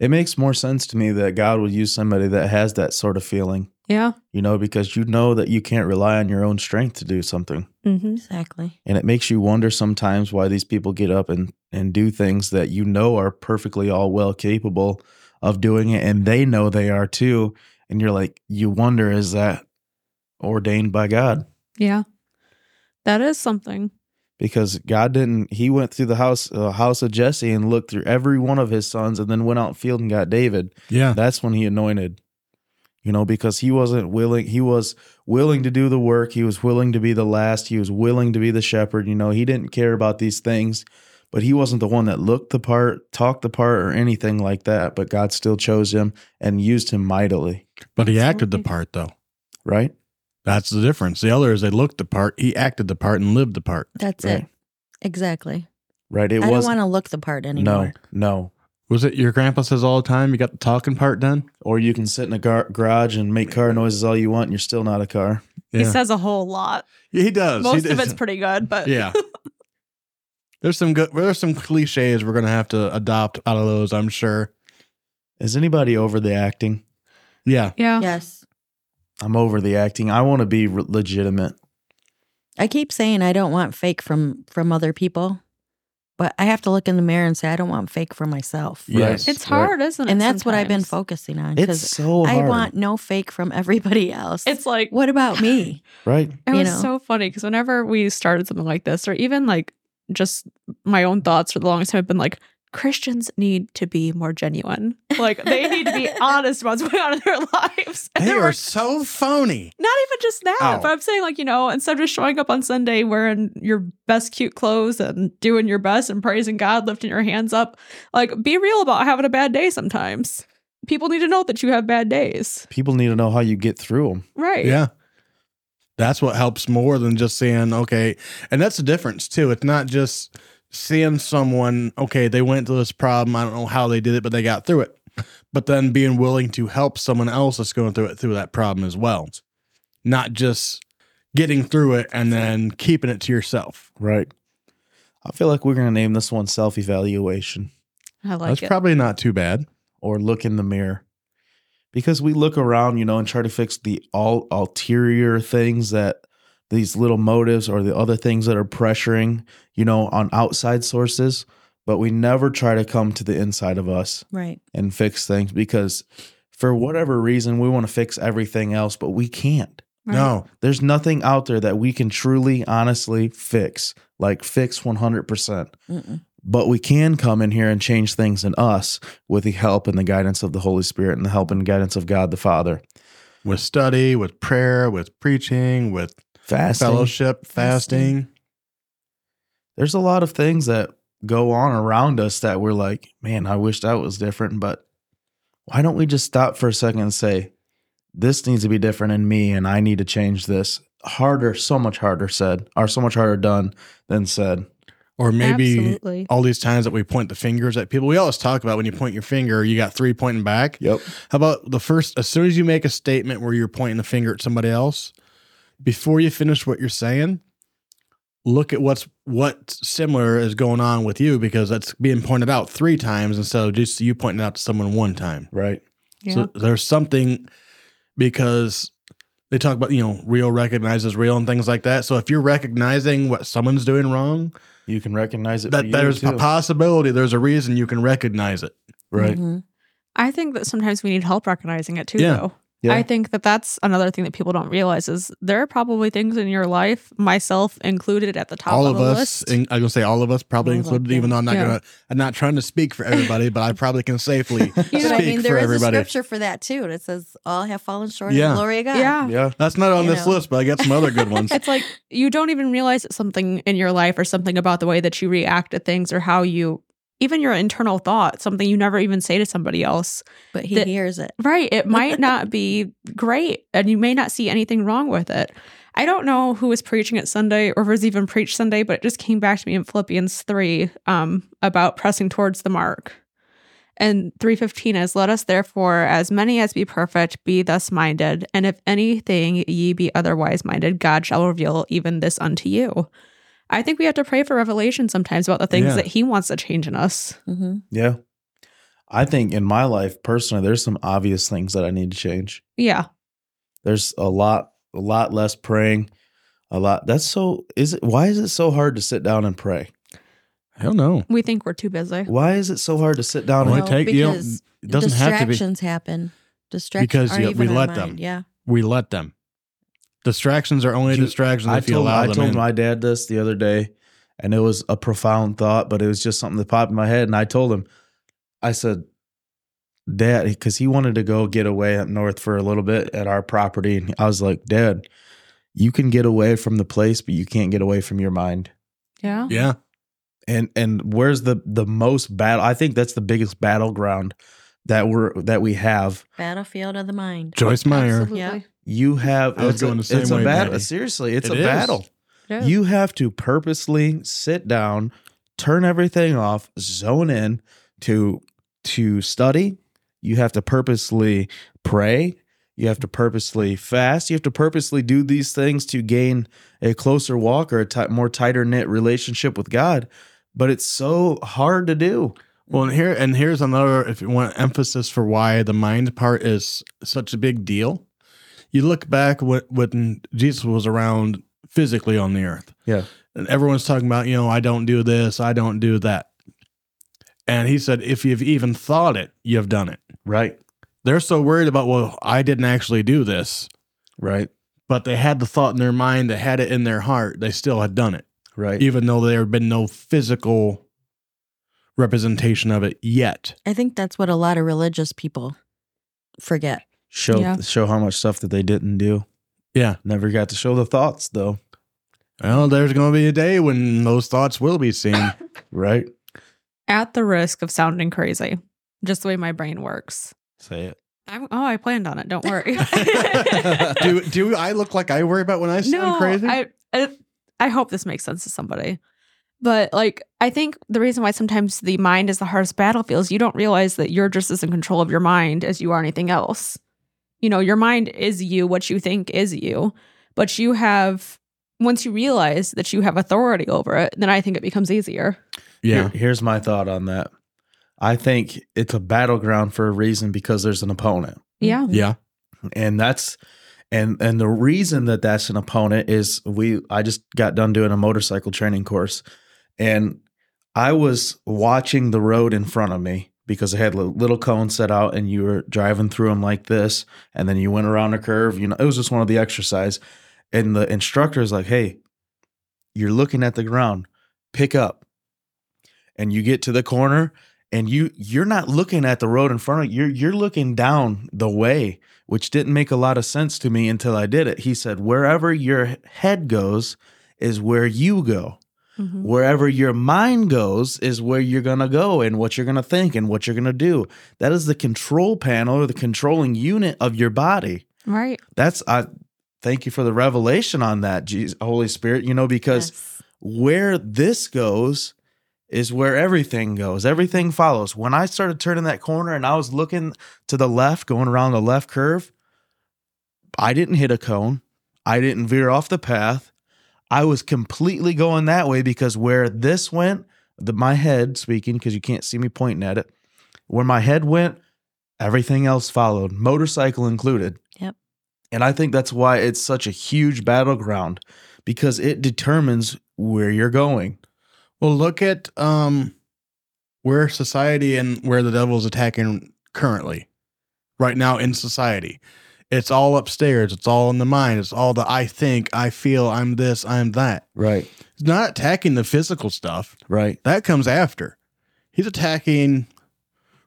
S1: It makes more sense to me that God would use somebody that has that sort of feeling,
S2: Yeah.
S1: you know, because you know that you can't rely on your own strength to do something.
S2: Mm-hmm.
S3: Exactly.
S1: And it makes you wonder sometimes why these people get up and, and do things that you know are perfectly all well capable of doing it. And they know they are too. And you're like, you wonder, is that ordained by God?
S2: Yeah. That is something.
S1: because God didn't. He went through the house uh, house of Jesse and looked through every one of his sons, and then went out in the field and got David.
S4: Yeah.
S1: That's when he anointed. You know, because he wasn't willing. He was willing to do the work. He was willing to be the last. He was willing to be the shepherd. You know, he didn't care about these things, but he wasn't the one that looked the part, talked the part, or anything like that. But God still chose him and used him mightily.
S4: But he acted the part though.
S1: Right?
S4: That's the difference. The other is they looked the part. He acted the part and lived the part.
S3: That's
S1: Right.
S3: it. Exactly.
S1: Right. It
S3: I don't
S1: was
S3: want to look the part
S1: no,
S3: anymore.
S1: no.
S4: Was it your grandpa says all the time? You got the talking part done.
S1: Or you can sit in a gar- garage and make car noises all you want, and you're still not a car.
S4: Yeah,
S2: He says a whole lot.
S4: Yeah, he does. He
S2: Most of
S4: does.
S2: it's pretty good, but
S4: yeah. There's some good. There's some cliches we're gonna have to adopt out of those. I'm sure.
S1: Is anybody over the acting?
S4: Yeah.
S2: yeah.
S3: Yes.
S1: I'm over the acting. I want to be re- legitimate.
S3: I keep saying I don't want fake from from other people, but I have to look in the mirror and say I don't want fake for myself.
S4: Yes.
S2: It's hard, isn't it?
S3: and that's what I've been
S2: sometimes?
S3: focusing on
S1: It's
S3: because
S1: so
S3: I
S1: hard.
S3: want no fake from everybody else.
S2: It's like
S3: what about me?
S1: right?
S2: It
S3: you
S2: was
S3: know?
S2: so funny because whenever we started something like this, or even like just my own thoughts for the longest time have been like, Christians need to be more genuine. Like they need to be honest about what's going on in their lives. And
S4: They
S2: there
S4: are Oh.
S2: were
S4: so phony.
S2: not even just that,
S4: Ow.
S2: but I'm saying like, you know, instead of just showing up on Sunday wearing your best cute clothes and doing your best and praising God, lifting your hands up, like be real about having a bad day sometimes. People need to know that you have bad days.
S1: People need to know how you get through them.
S2: Right.
S4: Yeah. That's what helps more than just seeing, okay. And that's the difference too. It's not just seeing someone, okay, they went through this problem. I don't know how they did it, but they got through it. But then being willing to help someone else that's going through it through that problem as well. Not just getting through it and then keeping it to yourself.
S1: Right. I feel like we're going to name this one self evaluation
S2: I like
S4: that's
S2: it.
S4: probably not too bad.
S1: or look in the mirror. Because we look around, you know, and try to fix the all ulterior things that these little motives or the other things that are pressuring, you know, on outside sources, but we never try to come to the inside of us
S3: Right.
S1: and fix things because for whatever reason we want to fix everything else, but we can't.
S2: Right.
S4: No.
S1: There's nothing out there that we can truly, honestly fix, like fix 100%.
S3: Mm-mm.
S1: But we can come in here and change things in us with the help and the guidance of the Holy Spirit and the help and guidance of God the Father.
S4: With study, with prayer, with preaching, with
S1: Fasting.
S4: fellowship, fasting.
S1: There's a lot of things that go on around us that we're like, man, I wish that was different. But why don't we just stop for a second and say, this needs to be different in me and I need to change this? Harder, so much harder said, or so much harder done than said.
S4: Or maybe
S2: Absolutely.
S4: all these times that we point the fingers at people. We always talk about when you point your finger, you got three pointing back.
S1: Yep.
S4: How about the first, as soon as you make a statement where you're pointing the finger at somebody else, before you finish what you're saying, look at what's what's similar is going on with you because that's being pointed out three times instead of just you pointing out to someone one time.
S1: Right.
S2: Yeah.
S4: So there's something because they talk about, you know, real recognizes real and things like that. So if you're recognizing what someone's doing wrong,
S1: You can recognize it. for
S4: that
S1: you
S4: there's a
S1: too.
S4: possibility there's a reason you can recognize it
S1: Right.
S3: Mhm.
S2: I think that sometimes we need help recognizing it too,
S4: Yeah.
S2: though.
S1: Yeah.
S2: I think that that's another thing that people don't realize is there are probably things in your life, myself included, at the top
S4: all
S2: of,
S4: of
S2: the
S4: us
S2: list.
S4: in, i'm gonna say all of us probably
S3: All of us,
S4: included even
S3: yeah.
S4: though i'm not
S2: Yeah.
S4: gonna i'm not trying to speak for everybody but i probably can safely
S3: You know what I
S4: Speak
S3: mean?
S4: for
S3: There is
S4: everybody.
S3: a scripture for that too. That says, "All have fallen short of
S4: Yeah.
S3: the glory of God."
S2: yeah.
S1: Yeah.
S4: that's not on
S3: You
S4: this
S3: know.
S4: list but i got some other good ones
S2: It's like you don't even realize that something in your life or something about the way that you react to things or how you, even your internal thought, something you never even say to somebody else.
S3: but He
S2: That-
S3: hears it.
S2: Right. It might not be great and you may not see anything wrong with it. I don't know who was preaching it Sunday or if it was even preached Sunday, but it just came back to me in Philippians 3 um, about pressing towards the mark. And 315 is, Let us therefore, as many as be perfect, be thus minded. And if anything ye be otherwise minded, God shall reveal even this unto you. I think we have to pray for revelation sometimes about the things
S4: Yeah.
S2: that He wants to change in us.
S3: hmm
S1: Yeah. I think in my life personally, there's some obvious things that I need to change.
S2: Yeah.
S1: There's a lot, a lot less praying. A lot. That's so. Is it? Why is it so hard to sit down and pray?
S4: i don't know
S2: We think we're too busy.
S1: Why is it so hard to sit down?
S4: Well,
S1: and
S4: it take- you don't-
S3: because
S4: it doesn't have to be
S3: distractions happen. Distractions
S4: Because
S3: aren't
S4: you-
S3: even
S4: we
S3: our
S4: let
S3: mind.
S4: them.
S3: Yeah.
S4: we let them distractions are only
S1: Dude,
S4: distractions
S1: I
S4: if you
S1: told,
S4: allow
S1: I
S4: them
S1: told
S4: in.
S1: my dad this the other day, and it was a profound thought, but it was just something that popped in my head. And I told him, I said, Dad, because he wanted to go get away up north for a little bit at our property. And I was like, Dad, you can get away from the place, but you can't get away from your mind.
S2: Yeah.
S4: yeah
S1: And and where's the the most battle? I think that's the biggest battleground that we're that we have.
S3: Battlefield of the mind.
S4: joyce meyer
S2: Absolutely.
S3: Yeah.
S1: You have
S4: I was
S1: it's a-
S4: going the same
S1: it's a
S4: way,
S1: battle.
S4: Daddy.
S1: Seriously, it's
S4: It
S1: a
S4: is.
S1: battle.
S2: Yeah.
S1: You have to purposely sit down, turn everything off, zone in to to study. You have to purposely pray. You have to purposely fast. You have to purposely do these things to gain a closer walk or a ti- more tighter knit relationship with God. But it's so hard to do.
S4: well and here and here's another if you want emphasis for why the mind part is such a big deal you look back when, when jesus was around physically on the earth
S1: Yeah.
S4: and everyone's talking about, you know, I don't do this, I don't do that. And he said, if you've even thought it, you've done it.
S1: Right.
S4: They're so worried about, well, I didn't actually do this,
S1: Right.
S4: but they had the thought in their mind, they had it in their heart, they still had done it,
S1: Right.
S4: even though there had been no physical representation of it yet.
S3: I think that's what a lot of religious people forget.
S1: Show
S2: Yeah.
S1: show how much stuff that they didn't do.
S4: Yeah.
S1: Never got to show the thoughts though,
S4: Well, there's going to be a day when those thoughts will be seen.
S1: right?
S2: At the risk of sounding crazy, just the way my brain works.
S1: Say it.
S2: I'm, oh, I planned on it. Don't worry.
S4: do do I look like I worry about when I sound crazy?
S2: I, I I hope this makes sense to somebody. But like I think the reason why sometimes the mind is the hardest battlefield is you don't realize that you're just as in control of your mind as you are anything else. You know, your mind is you, what you think is you. But you have once you realize that you have authority over it, then I think it becomes easier.
S1: Here- here's my thought on that. I think it's a battleground for a reason because there's an opponent.
S2: Yeah.
S4: Yeah.
S1: and that's and and the reason that that's an opponent is we i just got done doing a motorcycle training course and i was watching the road in front of me because I had li- little cones set out and you were driving through them like this and then you went around a curve you know it was just one of the exercise and the instructor is like hey you're looking at the ground pick up and you get to the corner and you you're not looking at the road in front of you you're, you're looking down the way which didn't make a lot of sense to me until I did it. He said, Wherever your head goes is where you go.
S2: Mhm.
S1: Wherever your mind goes is where you're going to go and what you're going to think and what you're going to do. That is the control panel or the controlling unit of your body.
S2: Right.
S1: That's, I thank you for the revelation on that, Jesus, Holy Spirit, you know, because
S3: Yes.
S1: where this goes is where everything goes. Everything follows. When I started turning that corner and I was looking to the left, going around the left curve, I didn't hit a cone. I didn't veer off the path. I was completely going that way because where this went, the, my head speaking, because you can't see me pointing at it, where my head went, everything else followed, motorcycle included.
S3: Yep.
S1: And I think that's why it's such a huge battleground because it determines where you're going.
S4: Well, look at um, where society and where the devil's attacking currently, right now in society. It's all upstairs. It's all in the mind. It's all the I think, I feel, I'm this, I'm that.
S1: Right.
S4: He's not attacking the physical stuff.
S1: Right.
S4: That comes after. He's attacking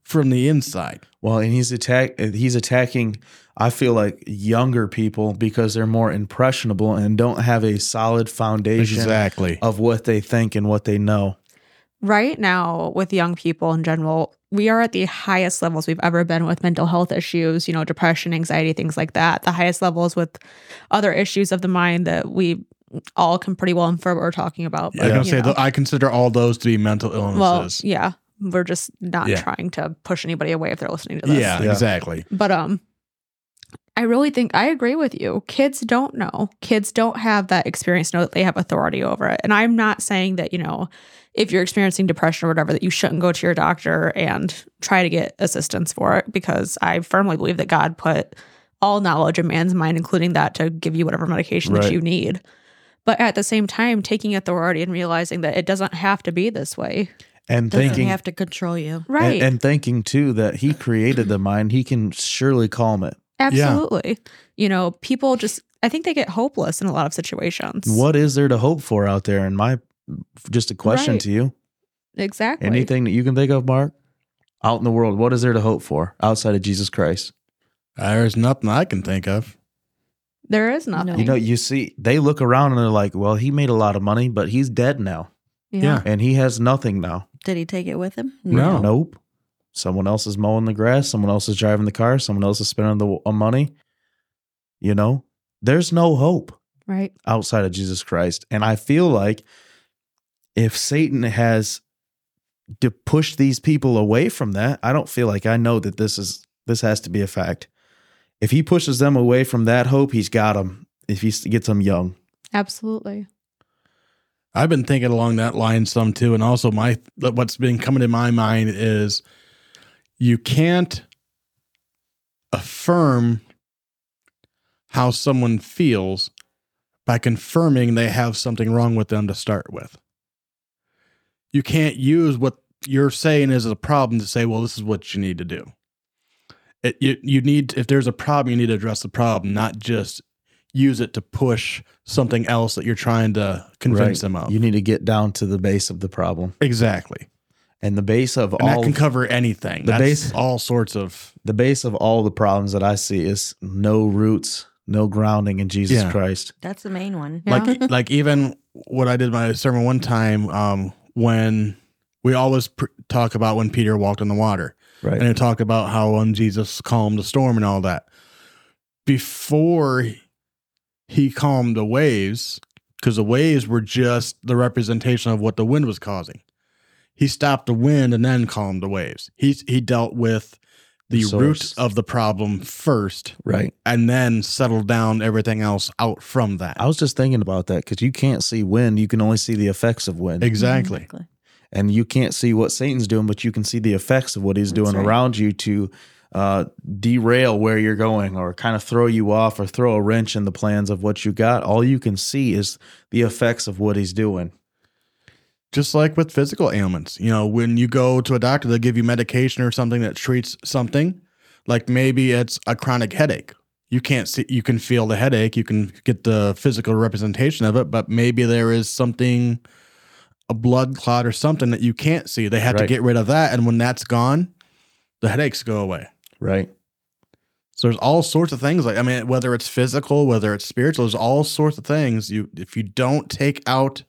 S4: from the inside.
S1: Well, and he's attack he's attacking I feel like younger people because they're more impressionable and don't have a solid foundation
S4: Exactly.
S1: of what they think and what they know.
S2: right now with young people in general we are at the highest levels we've ever been with mental health issues you know depression anxiety things like that the highest levels with other issues of the mind that we all can pretty well infer what we're talking about
S4: I was gonna
S2: you
S4: say
S2: know.
S4: th- I consider all those to be mental
S2: well
S4: illnesses.
S2: yeah we're just not
S4: Yeah.
S2: trying to push anybody away if they're listening to this
S4: yeah,
S1: Yeah.
S4: exactly.
S2: but um I really think I agree with you. Kids don't know. Kids don't have that experience to know that they have authority over it. And I'm not saying that, you know, if you're experiencing depression or whatever that you shouldn't go to your doctor and try to get assistance for it because I firmly believe that God put all knowledge in man's mind including that to give you whatever medication
S1: Right.
S2: that you need. But at the same time taking authority and realizing that it doesn't have to be this way.
S1: And
S3: Doesn't
S1: thinking
S3: have to control you.
S2: Right.
S1: and, and thinking too that he created the mind, he can surely calm it.
S2: Absolutely. You know, people just I think they get hopeless in a lot of situations.
S1: What is there to hope for out there? And my just a question
S2: Right.
S1: to you.
S2: Exactly.
S1: Anything that you can think of, Mark? Out in the world, what is there to hope for outside of Jesus Christ?
S4: There's nothing I can think of.
S2: There is nothing.
S1: You know, you see, they look around and they're like, well, he made a lot of money, but he's dead now
S4: yeah.
S1: and he has nothing now.
S3: Did he take it with him?
S4: No. Oh.
S1: Nope. Someone else is mowing the grass. Someone else is driving the car. Someone else is spending the uh, money. You know, there's no hope
S2: Right.
S1: outside of Jesus Christ. And I feel like if Satan has to push these people away from that, I don't feel like I know that this is this has to be a fact. If he pushes them away from that hope, he's got them. If he gets them young,
S2: Absolutely.
S4: I've been thinking along that line some too, and also my what's been coming to my mind is you can't affirm how someone feels by confirming they have something wrong with them to start with. You can't use what you're saying is a problem to say, well, this is what you need to do. It, you, you need if there's a problem, you need to address the problem, not just use it to push something else that you're trying to convince
S1: Right.
S4: them of.
S1: you need to get down to the base of the problem.
S4: Exactly.
S1: And the base of
S4: And
S1: all
S4: that can cover anything.
S1: the
S4: The
S1: base-
S4: base, all sorts of
S1: the base of all the problems that I see is no roots, no grounding in Jesus
S4: Yeah.
S1: Christ.
S3: That's the main one.
S2: Yeah.
S4: like e, like even what I did my sermon one time um, when we always pr- talk about when Peter walked on the water
S1: Right.
S4: and it talked about how when Jesus calmed the storm and all that. Before he calmed the waves, because the waves were just the representation of what the wind was causing. He stopped the wind and then calmed the waves. He he dealt with the
S1: The
S4: root
S1: source.
S4: of the problem first
S1: right.
S4: and then settled down everything else out from that.
S1: I was just thinking about that because you can't see wind; you can only see the effects of wind,
S4: Exactly.
S1: and you can't see what Satan's doing, but you can see the effects of what he's
S3: That's
S1: doing
S3: right.
S1: around you to uh, derail where you're going, or kind of throw you off, or throw a wrench in the plans of what you got. All you can see is the effects of what he's doing.
S4: Just like with physical ailments, you know, when you go to a doctor, they'll give you medication or something that treats something. Like maybe it's a chronic headache. You can't see, you can feel the headache, you can get the physical representation of it, but maybe there is something, a blood clot or something that you can't see. They have to
S1: Right.
S4: get rid of that. And when that's gone, the headaches go away.
S1: Right.
S4: So there's all sorts of things like I mean, whether it's physical, whether it's spiritual, there's all sorts of things. You if you don't take out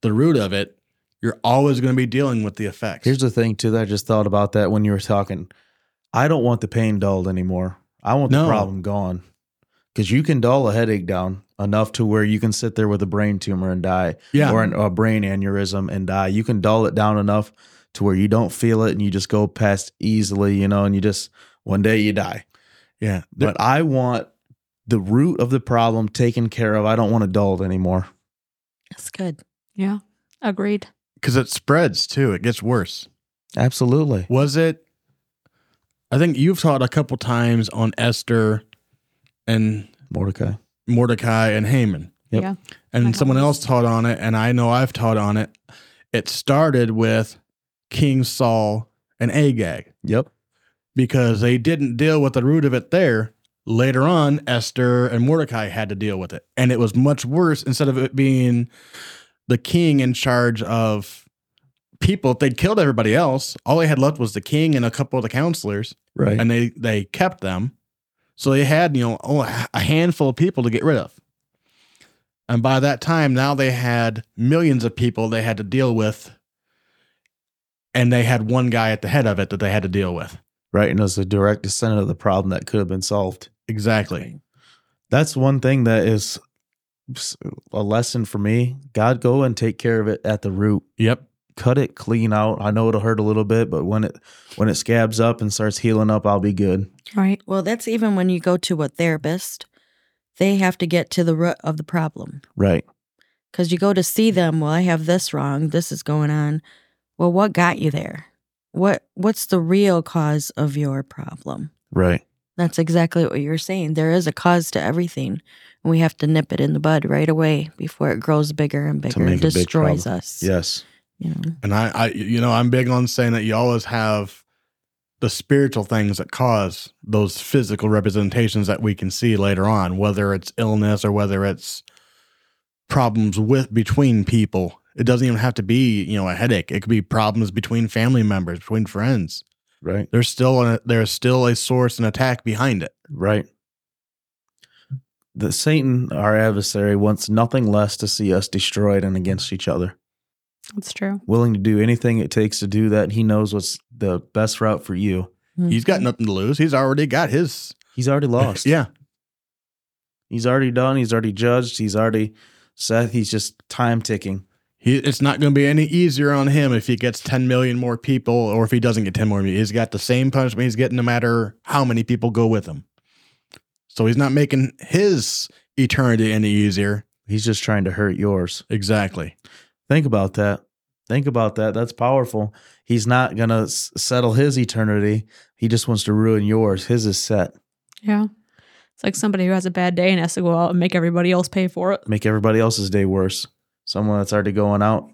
S4: the root of it, you're always going to be dealing with the effects.
S1: Here's the thing too that I just thought about that when you were talking. I don't want the pain dulled anymore. I want the
S4: No.
S1: problem gone. Because you can dull a headache down enough to where you can sit there with a brain tumor and die,
S4: yeah,
S1: or an, a brain aneurysm and die. You can dull it down enough to where you don't feel it and you just go past easily, you know, and you just one day you die.
S4: yeah.
S1: But I want the root of the problem taken care of. I don't want to dull it anymore.
S3: That's good.
S2: Yeah. Agreed.
S4: Because it spreads too; it gets worse.
S1: Absolutely.
S4: Was it? I think you've taught a couple times on Esther and
S1: Mordecai.
S4: Mordecai and Haman.
S1: Yep.
S2: Yeah. I
S4: and
S2: got
S4: someone
S2: this.
S4: else taught on it, and I know I've taught on it. It started with King Saul and Agag.
S1: Yep.
S4: because they didn't deal with the root of it there. Later on, Esther and Mordecai had to deal with it. And it was much worse instead of it being the king in charge of people. If they'd killed everybody else, all they had left was the king and a couple of the counselors,
S1: Right.
S4: and they, they kept them. So they had, you know, oh, a handful of people to get rid of. And by that time, now they had millions of people they had to deal with. And they had one guy at the head of it that they had to deal with.
S1: right. And as a direct descendant of the problem that could have been solved.
S4: Exactly.
S1: That's one thing that is a lesson for me. God, go and take care of it at the root.
S4: Yep.
S1: Cut it clean out. I know it'll hurt a little bit, but when it when it scabs up and starts healing up, I'll be good.
S2: Right.
S3: Well, that's even when you go to a therapist, they have to get to the root of the problem.
S1: Right.
S3: Because you go to see them, well, I have this wrong. This is going on. Well, what got you there? What What's the real cause of your problem?
S1: Right.
S3: That's exactly what you're saying. There is a cause to everything, and we have to nip it in the bud right away before it grows bigger and bigger
S1: make
S3: and
S1: a big
S3: destroys
S1: problem.
S3: us.
S1: Yes.
S3: You know?
S4: And I, I, you know, I'm big on saying that you always have the spiritual things that cause those physical representations that we can see later on, whether it's illness or whether it's problems with between people. It doesn't even have to be, you know, a headache. It could be problems between family members, between friends.
S1: Right.
S4: There's still a, there's still a source and attack behind it.
S1: Right. The Satan, our adversary, wants nothing less to see us destroyed and against each other.
S2: That's true.
S1: Willing to do anything it takes to do that. He knows what's the best route for you.
S3: Mm-hmm.
S4: He's got nothing to lose. He's already got his
S1: He's already lost.
S4: Yeah,
S1: He's already done. He's already judged. He's already Seth. He's just time ticking.
S4: He, it's not going to be any easier on him if he gets 10 million more people or if he doesn't get 10 more. He's got the same punishment he's getting no matter how many people go with him. So he's not making his eternity any easier.
S1: He's just trying to hurt yours.
S4: Exactly.
S1: Think about that. Think about that. That's powerful. He's not going to s- settle his eternity. He just wants to ruin yours. His is set.
S2: Yeah. It's like somebody who has a bad day and has to go out and make everybody else pay for it.
S1: Make everybody else's day worse. Someone that's already going out,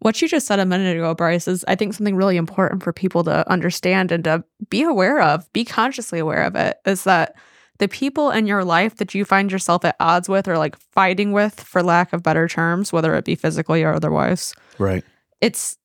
S2: What you just said a minute ago, Bryce, is I think something really important for people to understand and to be aware of, be consciously aware of it, is that the people in your life that you find yourself at odds with or like fighting with, for lack of better terms, whether it be physically or otherwise,
S1: Right.
S2: it's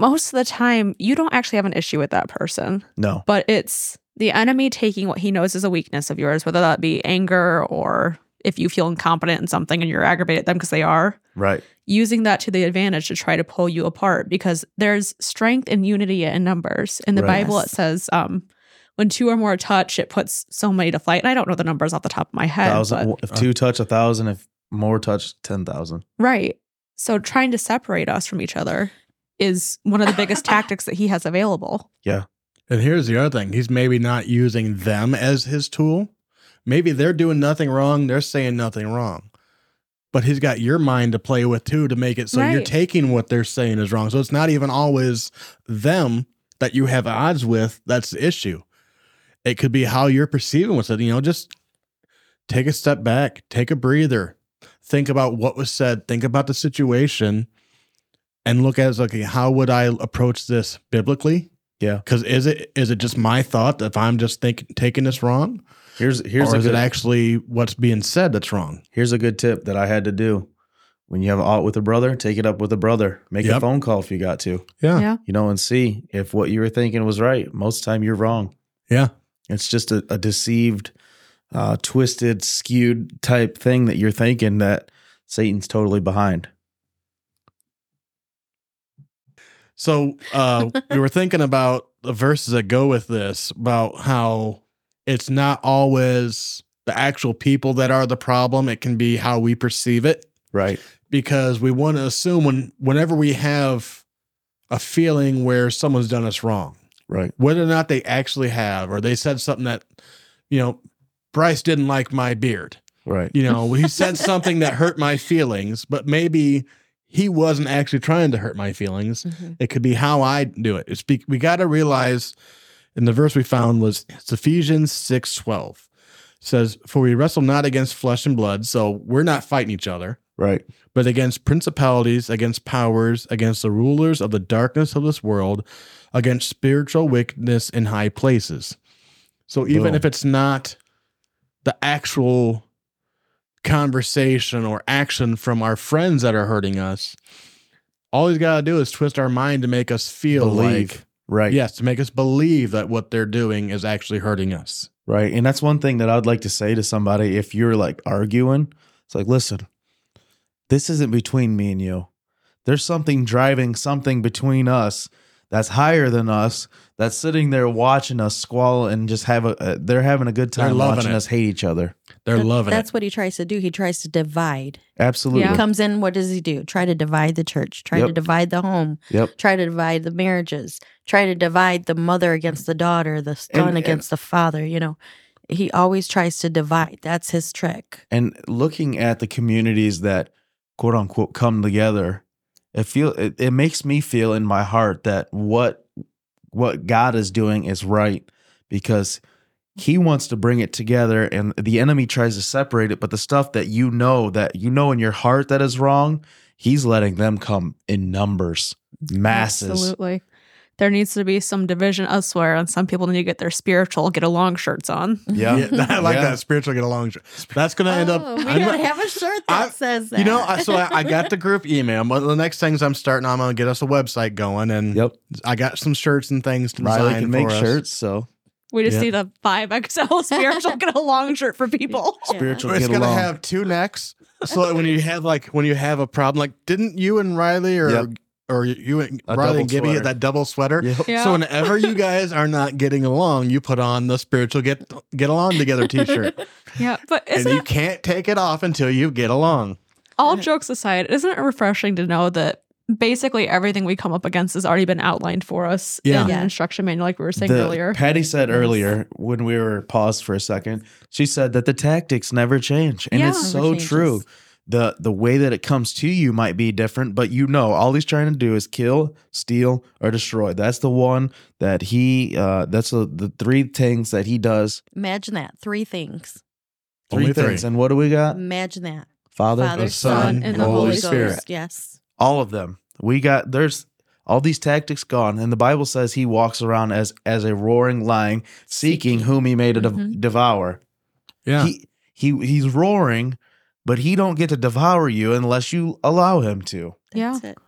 S2: most of the time you don't actually have an issue with that person,
S1: No.
S2: but it's the enemy taking what he knows is a weakness of yours, whether that be anger or if you feel incompetent in something and you're aggravated at them because they are,
S1: Right.
S2: using that to the advantage to try to pull you apart because there's strength and unity in numbers. In the
S1: Right.
S2: Bible,
S3: Yes.
S2: it says, um, when two or more touch, it puts so many to flight. And I don't know the numbers off the top of my head.
S1: Thousand.
S2: but-
S1: If two touch a thousand, if more touch ten thousand.
S2: right. So trying to separate us from each other is one of the biggest tactics that he has available.
S4: And here's the other thing he's maybe not using them as his tool. Maybe they're doing nothing wrong, they're saying nothing wrong. But he's got your mind to play with too to make it so you're
S2: Right.
S4: taking what they're saying is wrong. So it's not even always them that you have odds with that's the issue. It could be how you're perceiving what's said. You know, just take a step back, take a breather, think about what was said, think about the situation, and look at it as okay, how would I approach this biblically?
S1: Yeah.
S4: Because is it is it just my thought that if I'm just think, taking this wrong,
S1: Here's here's
S4: or
S1: a
S4: is
S1: good,
S4: it actually what's being said that's wrong?
S1: here's a good tip that I had to do. When you have an out with a brother, take it up with a brother. Make a
S4: Yep.
S1: phone call if you got to.
S4: Yeah.
S2: Yeah.
S1: You know, and see if what you were thinking was right. Most of the time, you're wrong.
S4: Yeah.
S1: It's just a, a deceived, uh, twisted, skewed type thing that you're thinking that Satan's totally behind.
S4: So uh, we were thinking about the verses that go with this about how it's not always the actual people that are the problem. It can be how we perceive it
S1: Right.
S4: because we want to assume when whenever we have a feeling where someone's done us wrong,
S1: Right.
S4: whether or not they actually have, or they said something that, you know, Bryce didn't like my beard.
S1: Right.
S4: You know, he said something that hurt my feelings, but maybe he wasn't actually trying to hurt my feelings.
S3: Mm-hmm.
S4: It could be how I do it. It's be, we got to realize, and the verse we found was it's Ephesians six twelve, says, "For we wrestle not against flesh and blood, so we're not fighting each other,
S1: Right.
S4: but against principalities, against powers, against the rulers of the darkness of this world, against spiritual wickedness in high places." So even
S1: Boom.
S4: if it's not the actual conversation or action from our friends that are hurting us. All he's got to do is twist our mind to make us feel
S1: Believe. Right.
S4: like, yes, to make us believe that what they're doing is actually hurting us.
S1: Right. And that's one thing that I'd like to say to somebody if you're like arguing, it's like, listen, this isn't between me and you. There's something driving something between us that's higher than us that's sitting there watching us squall and just have a, uh, they're having a good
S4: They're
S1: time
S4: loving
S1: watching
S4: it.
S1: us hate each other.
S4: They're loving
S3: That's
S4: it.
S3: what he tries to do. He tries to divide.
S1: Absolutely.
S2: Yeah.
S3: Comes in, what does he do? Try to divide the church, try to
S1: Yep.
S3: divide the home,
S1: Yep.
S3: try to divide the marriages, try to divide the mother against the daughter, the son
S1: and-
S3: against the father. You know, he always tries to divide. That's his trick.
S1: and looking at the communities that quote unquote come together it feel it, it makes me feel in my heart that what what god is doing is right because he wants to bring it together and the enemy tries to separate it but the stuff that you know that you know in your heart that is wrong he's letting them come in numbers masses
S2: Absolutely. There needs to be some division elsewhere, and some people need to get their spiritual get along shirts on.
S1: yeah,
S4: I like
S1: Yeah.
S4: that spiritual get along. That's going to end up.
S3: Oh, we
S4: I'm
S3: don't
S4: not-
S3: have a shirt that
S4: I-
S3: says that.
S4: you know, I- so I, I got the group email. But the next things I'm starting, I'm going to get us a website going, and
S1: yep
S4: I got some shirts and things to design
S1: riley can make
S4: for us.
S1: shirts so
S2: We just
S1: Yeah.
S2: need a five XL spiritual get along shirt for people.
S3: Yeah.
S1: spiritual
S4: it's
S1: get
S4: gonna
S1: along
S4: have two necks. So that when you have like when you have a problem, like didn't you and Riley or
S1: Yep.
S4: or you and
S1: A
S4: Riley
S1: double
S4: and Gibby
S1: sweater.
S4: had that double sweater?
S1: Yep.
S2: Yeah.
S4: So whenever you guys are not getting along, you put on the spiritual get get along together T-shirt,
S2: Yeah, but
S4: and
S2: isn't
S4: you
S2: it,
S4: can't take it off until you get along.
S2: all jokes aside, isn't it refreshing to know that basically everything we come up against has already been outlined for us
S4: Yeah.
S2: in
S3: Yeah.
S2: the instruction manual, like we were saying
S1: The-
S2: earlier?
S1: Patty said
S3: Yes.
S1: earlier when we were paused for a second, she said that the tactics never change. And
S2: Yeah.
S1: it's so
S3: Never changes.
S1: true. The the way that it comes to you might be different, but you know all he's trying to do is kill, steal, or destroy. That's the one that he uh that's the, the three things that he does.
S3: Imagine that. Three things.
S1: Three
S4: Only three.
S1: things. And what do we
S4: Uh,
S1: got?
S3: Imagine that.
S1: Father,
S3: Mm, Father, Son, and the Holy Ghost. Yes.
S1: all of them. We got there's all these tactics gone, and the Bible says he walks around as as a roaring lion, seeking whom he made to dev-
S3: Mhm.
S1: devour.
S4: Yeah.
S1: He he he's roaring, but he don't get to devour you unless you allow him to.
S2: Yeah.
S3: That's it.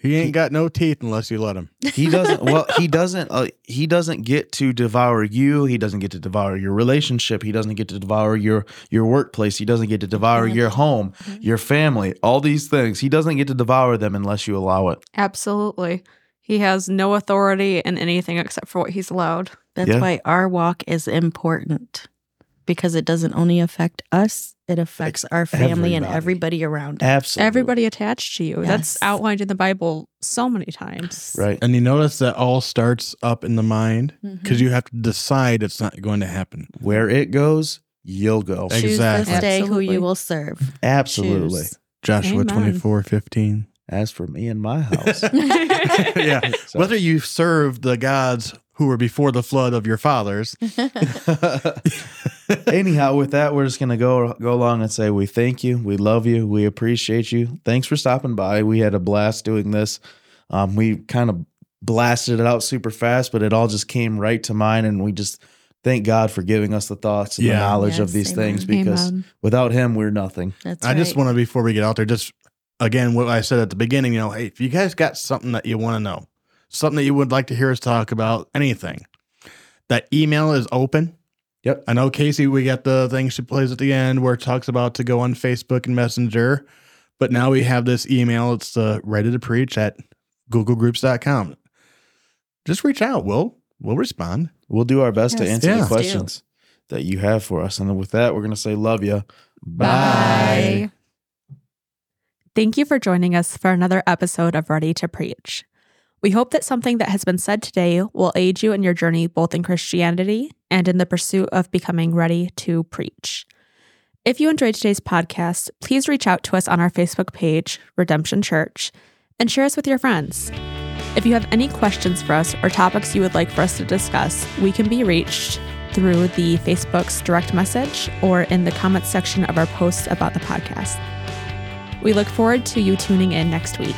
S4: He ain't got no teeth unless you let him.
S1: He doesn't. well, he doesn't. Uh, he doesn't get to devour you. He doesn't get to devour your relationship. He doesn't get to devour your your workplace. He doesn't get to devour your home,
S3: Mm-hmm.
S1: your family, all these things. He doesn't get to devour them unless you allow it.
S2: Absolutely. He has no authority in anything except for what he's allowed.
S3: That's
S1: Yeah.
S3: why our walk is important because it doesn't only affect us, it affects our family and
S1: everybody.
S3: everybody around us.
S1: Absolutely.
S2: Everybody attached to you. That's
S3: Yes.
S2: outlined in the Bible so many times.
S1: Right.
S4: And you notice that all starts up in the mind
S3: Mm-hmm.
S4: because you have to decide it's not going to happen.
S1: Where it goes, you'll go.
S4: Ex-
S3: Choose
S4: Exactly.
S3: this day who
S2: Absolutely.
S3: you will serve.
S1: Absolutely.
S3: Choose.
S4: Joshua
S2: Amen.
S4: twenty four fifteen.
S1: As for me and my house.
S4: yeah.
S1: So-
S4: Whether you serve the gods who were before the flood of your fathers,
S1: Anyhow, with that, we're just gonna go go along and say we thank you, we love you, we appreciate you. Thanks for stopping by. We had a blast doing this. Um, we kind of blasted it out super fast, but it all just came right to mind, and we just thank God for giving us the thoughts and the
S4: Yeah.
S1: knowledge of
S3: Yes,
S1: these
S3: amen.
S1: things because
S2: Amen.
S1: without Him, we're nothing.
S3: That's
S4: I just
S3: right.
S4: want to, before we get out there, just again, what I said at the beginning, you know, hey, if you guys got something that you want to know, something that you would like to hear us talk about, anything, that email is open.
S1: Yep.
S4: I know Casey, we got the thing she plays at the end where it talks about to go on Facebook and Messenger. But now we have this email. It's the ready to preach at googlegroups.com. Just reach out. We'll we'll respond.
S1: We'll do our best to
S3: Yes,
S1: answer
S4: please
S1: the
S4: do.
S1: questions that you have for us, and with that, we're gonna say love you.
S4: Bye.
S2: Thank you for joining us for another episode of Ready to Preach. We hope that something that has been said today will aid you in your journey both in Christianity and in the pursuit of becoming ready to preach. If you enjoyed today's podcast, please reach out to us on our Facebook page, Redemption Church, and share us with your friends. If you have any questions for us or topics you would like for us to discuss, we can be reached through the Facebook's direct message or in the comments section of our posts about the podcast. We look forward to you tuning in next week.